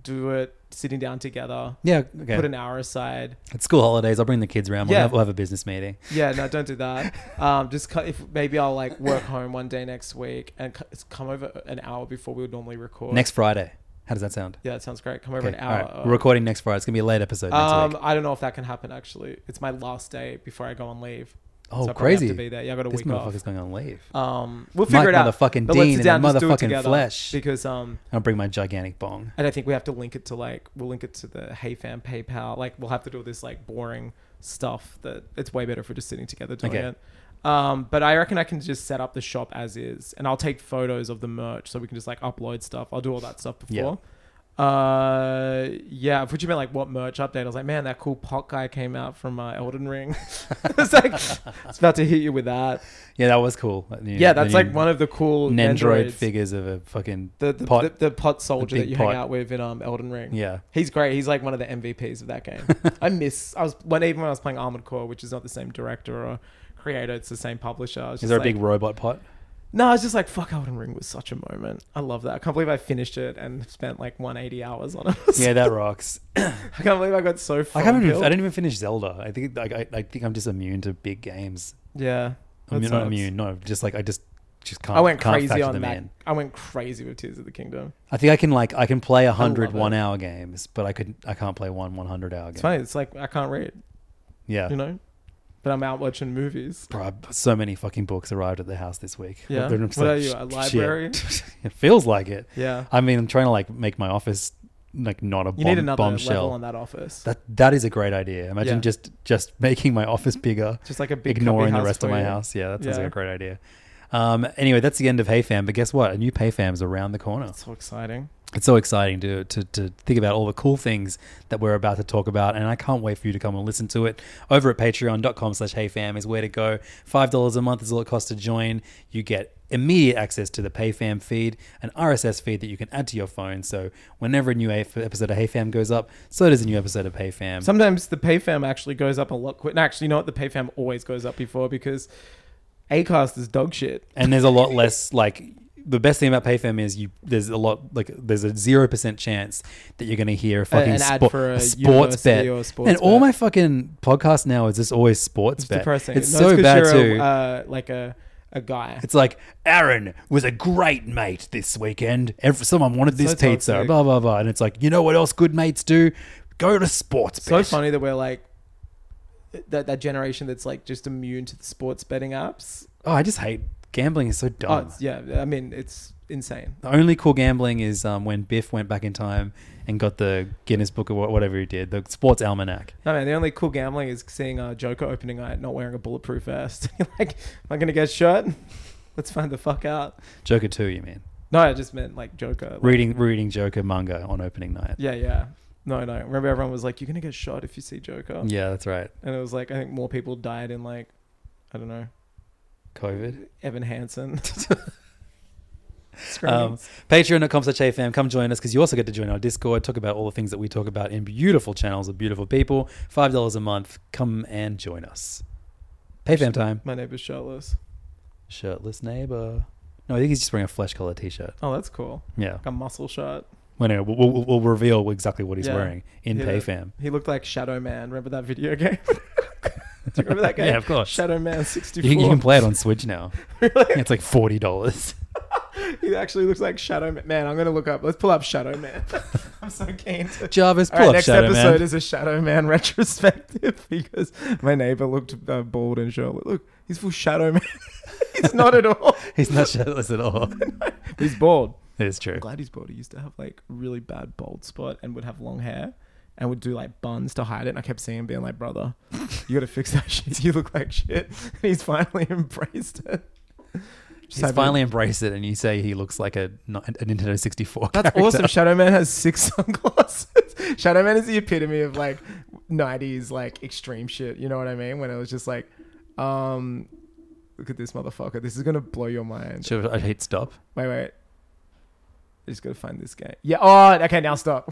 Speaker 7: do it sitting down together,
Speaker 5: Yeah. Okay.
Speaker 7: put an hour aside.
Speaker 5: it's school holidays. I'll bring the kids around. We'll,
Speaker 7: Yeah.
Speaker 5: have, we'll have a business meeting.
Speaker 7: Yeah, no, don't do that. Um, just cut, if maybe I'll like work home one day next week and c- come over an hour before we would normally record.
Speaker 5: Next Friday. How does that sound?
Speaker 7: yeah, that sounds great. Come over an
Speaker 5: all
Speaker 7: hour.
Speaker 5: right. We're recording next Friday. It's gonna be a late episode next
Speaker 7: um,
Speaker 5: week.
Speaker 7: I don't know if that can happen. Actually, it's my last day before I go on leave.
Speaker 5: Oh,
Speaker 7: so I probably have
Speaker 5: crazy!
Speaker 7: to be there. Yeah, I got a
Speaker 5: this
Speaker 7: week off.
Speaker 5: motherfucker's going on leave.
Speaker 7: Um, we'll
Speaker 5: Mike
Speaker 7: figure it out.
Speaker 5: motherfucking
Speaker 7: But let's
Speaker 5: Dean
Speaker 7: sit down
Speaker 5: and
Speaker 7: just do it
Speaker 5: motherfucking
Speaker 7: together
Speaker 5: Flesh.
Speaker 7: because um,
Speaker 5: I'll bring my gigantic bong.
Speaker 7: And I think we have to link it to like we'll link it to the HeyFam PayPal. Like we'll have to do all this like boring stuff that it's way better if we're just sitting together doing
Speaker 5: Okay.
Speaker 7: it. Um, but I reckon I can just set up the shop as is, and I'll take photos of the merch so we can just like upload stuff. I'll do all that stuff before. Uh, yeah. What you meant like what merch update? I was like, man, that cool pot guy came out from uh, Elden Ring. it's like it's about to hit you with that.
Speaker 5: Yeah, that was cool. That new-
Speaker 7: Yeah,
Speaker 5: the
Speaker 7: that's
Speaker 5: new
Speaker 7: like one of the cool
Speaker 5: Nendroid
Speaker 7: Nendroids.
Speaker 5: figures of a fucking
Speaker 7: The the
Speaker 5: pot.
Speaker 7: pot, the, the pot soldier
Speaker 5: big
Speaker 7: that you
Speaker 5: pot.
Speaker 7: hang out with in um Elden Ring.
Speaker 5: yeah.
Speaker 7: He's great. He's like one of the MVPs of that game. I miss. I was when even when I was playing Armored Core, which is not the same director or creator, it's the same publisher. I was
Speaker 5: Is
Speaker 7: just
Speaker 5: there a
Speaker 7: like,
Speaker 5: big robot pot?
Speaker 7: No, I was just like, fuck. Elden Ring was such a moment. I love that. I can't believe I finished it and spent like 180 hours on it.
Speaker 5: Yeah, that rocks.
Speaker 7: I can't believe I got so.
Speaker 5: I haven't. Even,
Speaker 7: phone-pilled.
Speaker 5: I didn't even finish Zelda. I think like I, I think I'm just immune to big games.
Speaker 7: Yeah.
Speaker 5: I'm
Speaker 7: that
Speaker 5: not
Speaker 7: sucks.
Speaker 5: immune. No, just like I just just can't.
Speaker 7: I went
Speaker 5: can't
Speaker 7: crazy
Speaker 5: factor
Speaker 7: on
Speaker 5: them
Speaker 7: that.
Speaker 5: in.
Speaker 7: I went crazy with Tears of the Kingdom.
Speaker 5: I think I can like I can play a hundred
Speaker 7: love it.
Speaker 5: one hour games, but I could I can't play one one hundred hour game.
Speaker 7: It's funny. It's like I can't read,
Speaker 5: Yeah.
Speaker 7: you know, but I'm out watching movies.
Speaker 5: Bro, so many fucking books arrived at the house this week.
Speaker 7: Yeah?
Speaker 5: They're just
Speaker 7: What
Speaker 5: like,
Speaker 7: are you, a
Speaker 5: "Shit."
Speaker 7: library?
Speaker 5: it feels like it.
Speaker 7: Yeah.
Speaker 5: I mean, I'm trying to like make my office like not a
Speaker 7: You
Speaker 5: bomb,
Speaker 7: need another
Speaker 5: bombshell.
Speaker 7: level on that office.
Speaker 5: That that is a great idea. Imagine
Speaker 7: Yeah.
Speaker 5: just just making my office bigger,
Speaker 7: Just like a big
Speaker 5: ignoring
Speaker 7: cubby
Speaker 5: the
Speaker 7: house
Speaker 5: rest of
Speaker 7: for
Speaker 5: my
Speaker 7: you.
Speaker 5: house. Yeah, that sounds like
Speaker 7: Yeah.
Speaker 5: a great idea. Um, anyway, that's the end of Hey Fam. But guess what? A new Pay Fam is around the corner.
Speaker 7: so exciting.
Speaker 5: it's so exciting to, to, to think about all the cool things that we're about to talk about and i can't wait for you to come and listen to it over at patreon.com slash heyfam is where to go $5 a month is all it costs to join you get immediate access to the payfam feed an rss feed that you can add to your phone so whenever a new A- episode of heyfam goes up so does a new episode of payfam
Speaker 7: Sometimes the PayFam actually goes up a lot quick. No, actually, you know what? The PayFam always goes up before because Acast is dog shit.
Speaker 5: and there's a lot less like the best thing about payfam is you there's a lot like there's a 0% chance that you're going to hear a fucking
Speaker 7: an ad
Speaker 5: spo-
Speaker 7: for a
Speaker 5: sports bet
Speaker 7: university or a sports
Speaker 5: and all
Speaker 7: bet.
Speaker 5: my fucking podcast now is just always sports
Speaker 7: It's
Speaker 5: bet
Speaker 7: depressing.
Speaker 5: it's
Speaker 7: No,
Speaker 5: so
Speaker 7: 'cause
Speaker 5: bad
Speaker 7: you're a-
Speaker 5: too
Speaker 7: uh, like a a guy.
Speaker 5: it's like Aaron was a great mate this weekend. Every, someone wanted this
Speaker 7: So
Speaker 5: pizza,
Speaker 7: toxic.
Speaker 5: blah blah blah, and it's like you know what else good mates do? Go to sports
Speaker 7: so
Speaker 5: bet.
Speaker 7: funny that we're like that that generation that's like just immune to the sports betting apps.
Speaker 5: Oh, I just hate gambling. Is so
Speaker 7: Oh,
Speaker 5: dumb.
Speaker 7: it's- yeah. I mean, it's insane.
Speaker 5: The only cool gambling is um, when Biff went back in time and got the Guinness Book of Wor- whatever he did, the sports almanac.
Speaker 7: No man, the only cool gambling is seeing uh, Joker opening night not wearing a bulletproof vest. You're like, am I gonna get shot? Let's find the fuck out.
Speaker 5: Joker two, you mean?
Speaker 7: No, I just meant like Joker. like-
Speaker 5: Reading reading Joker manga on opening night.
Speaker 7: Yeah, yeah. No, no. Remember, everyone was like, "You're gonna get shot if you see Joker."
Speaker 5: Yeah, that's right.
Speaker 7: And it was like, I think more people died in like, I don't know,
Speaker 5: COVID.
Speaker 7: Evan Hansen.
Speaker 5: Um,
Speaker 7: Screams.
Speaker 5: Patreon.com slash AFM. Come join us because you also get to join our Discord, talk about all the things that we talk about in beautiful channels of beautiful people. $5 a month. Come and join us. PayFam time.
Speaker 7: My neighbor's shirtless.
Speaker 5: Shirtless neighbor. No, I think he's just wearing a flesh color t shirt.
Speaker 7: Oh, that's cool.
Speaker 5: Yeah.
Speaker 7: Like a muscle shirt.
Speaker 5: Well, anyway, we'll, we'll, we'll reveal exactly what he's
Speaker 7: Yeah.
Speaker 5: wearing in
Speaker 7: Yeah.
Speaker 5: PayFam.
Speaker 7: He looked like Shadow Man. Remember that video game? Do you remember that game?
Speaker 5: Yeah, of course.
Speaker 7: Shadow Man
Speaker 5: You,
Speaker 7: 64.
Speaker 5: can- you can play it on Switch now. It's like $40.
Speaker 7: He actually looks like Shadow Man. Man, I'm gonna look up. Let's pull up Shadow Man. I'm so keen to.
Speaker 5: Jarvis,
Speaker 7: All
Speaker 5: pull
Speaker 7: right,
Speaker 5: up
Speaker 7: next
Speaker 5: Shadow
Speaker 7: episode
Speaker 5: Man.
Speaker 7: is a Shadow Man retrospective because my neighbor looked uh, bald and short. Look, he's full Shadow Man. he's not at all.
Speaker 5: he's not shirtless at all.
Speaker 7: He's bald.
Speaker 5: it's true.
Speaker 7: I'm glad he's bald. He used to have like really bad bald spot and would have long hair and would do like buns to hide it. And I kept seeing him being like, brother, you got to fix that shit. You look like shit. And he's finally embraced it. Just
Speaker 5: He's
Speaker 7: happy-
Speaker 5: finally embraced it, and you say he looks like a, not- a Nintendo 64.
Speaker 7: That's
Speaker 5: character.
Speaker 7: awesome. Shadow Man has six sunglasses. Shadow Man is the epitome of like '90s like extreme shit. You know what I mean? When it was just like, um, look at this motherfucker. This is gonna blow your mind.
Speaker 5: Should I hit stop?
Speaker 7: Wait, wait. I just gotta find this game. Yeah. Oh, okay. Now stop.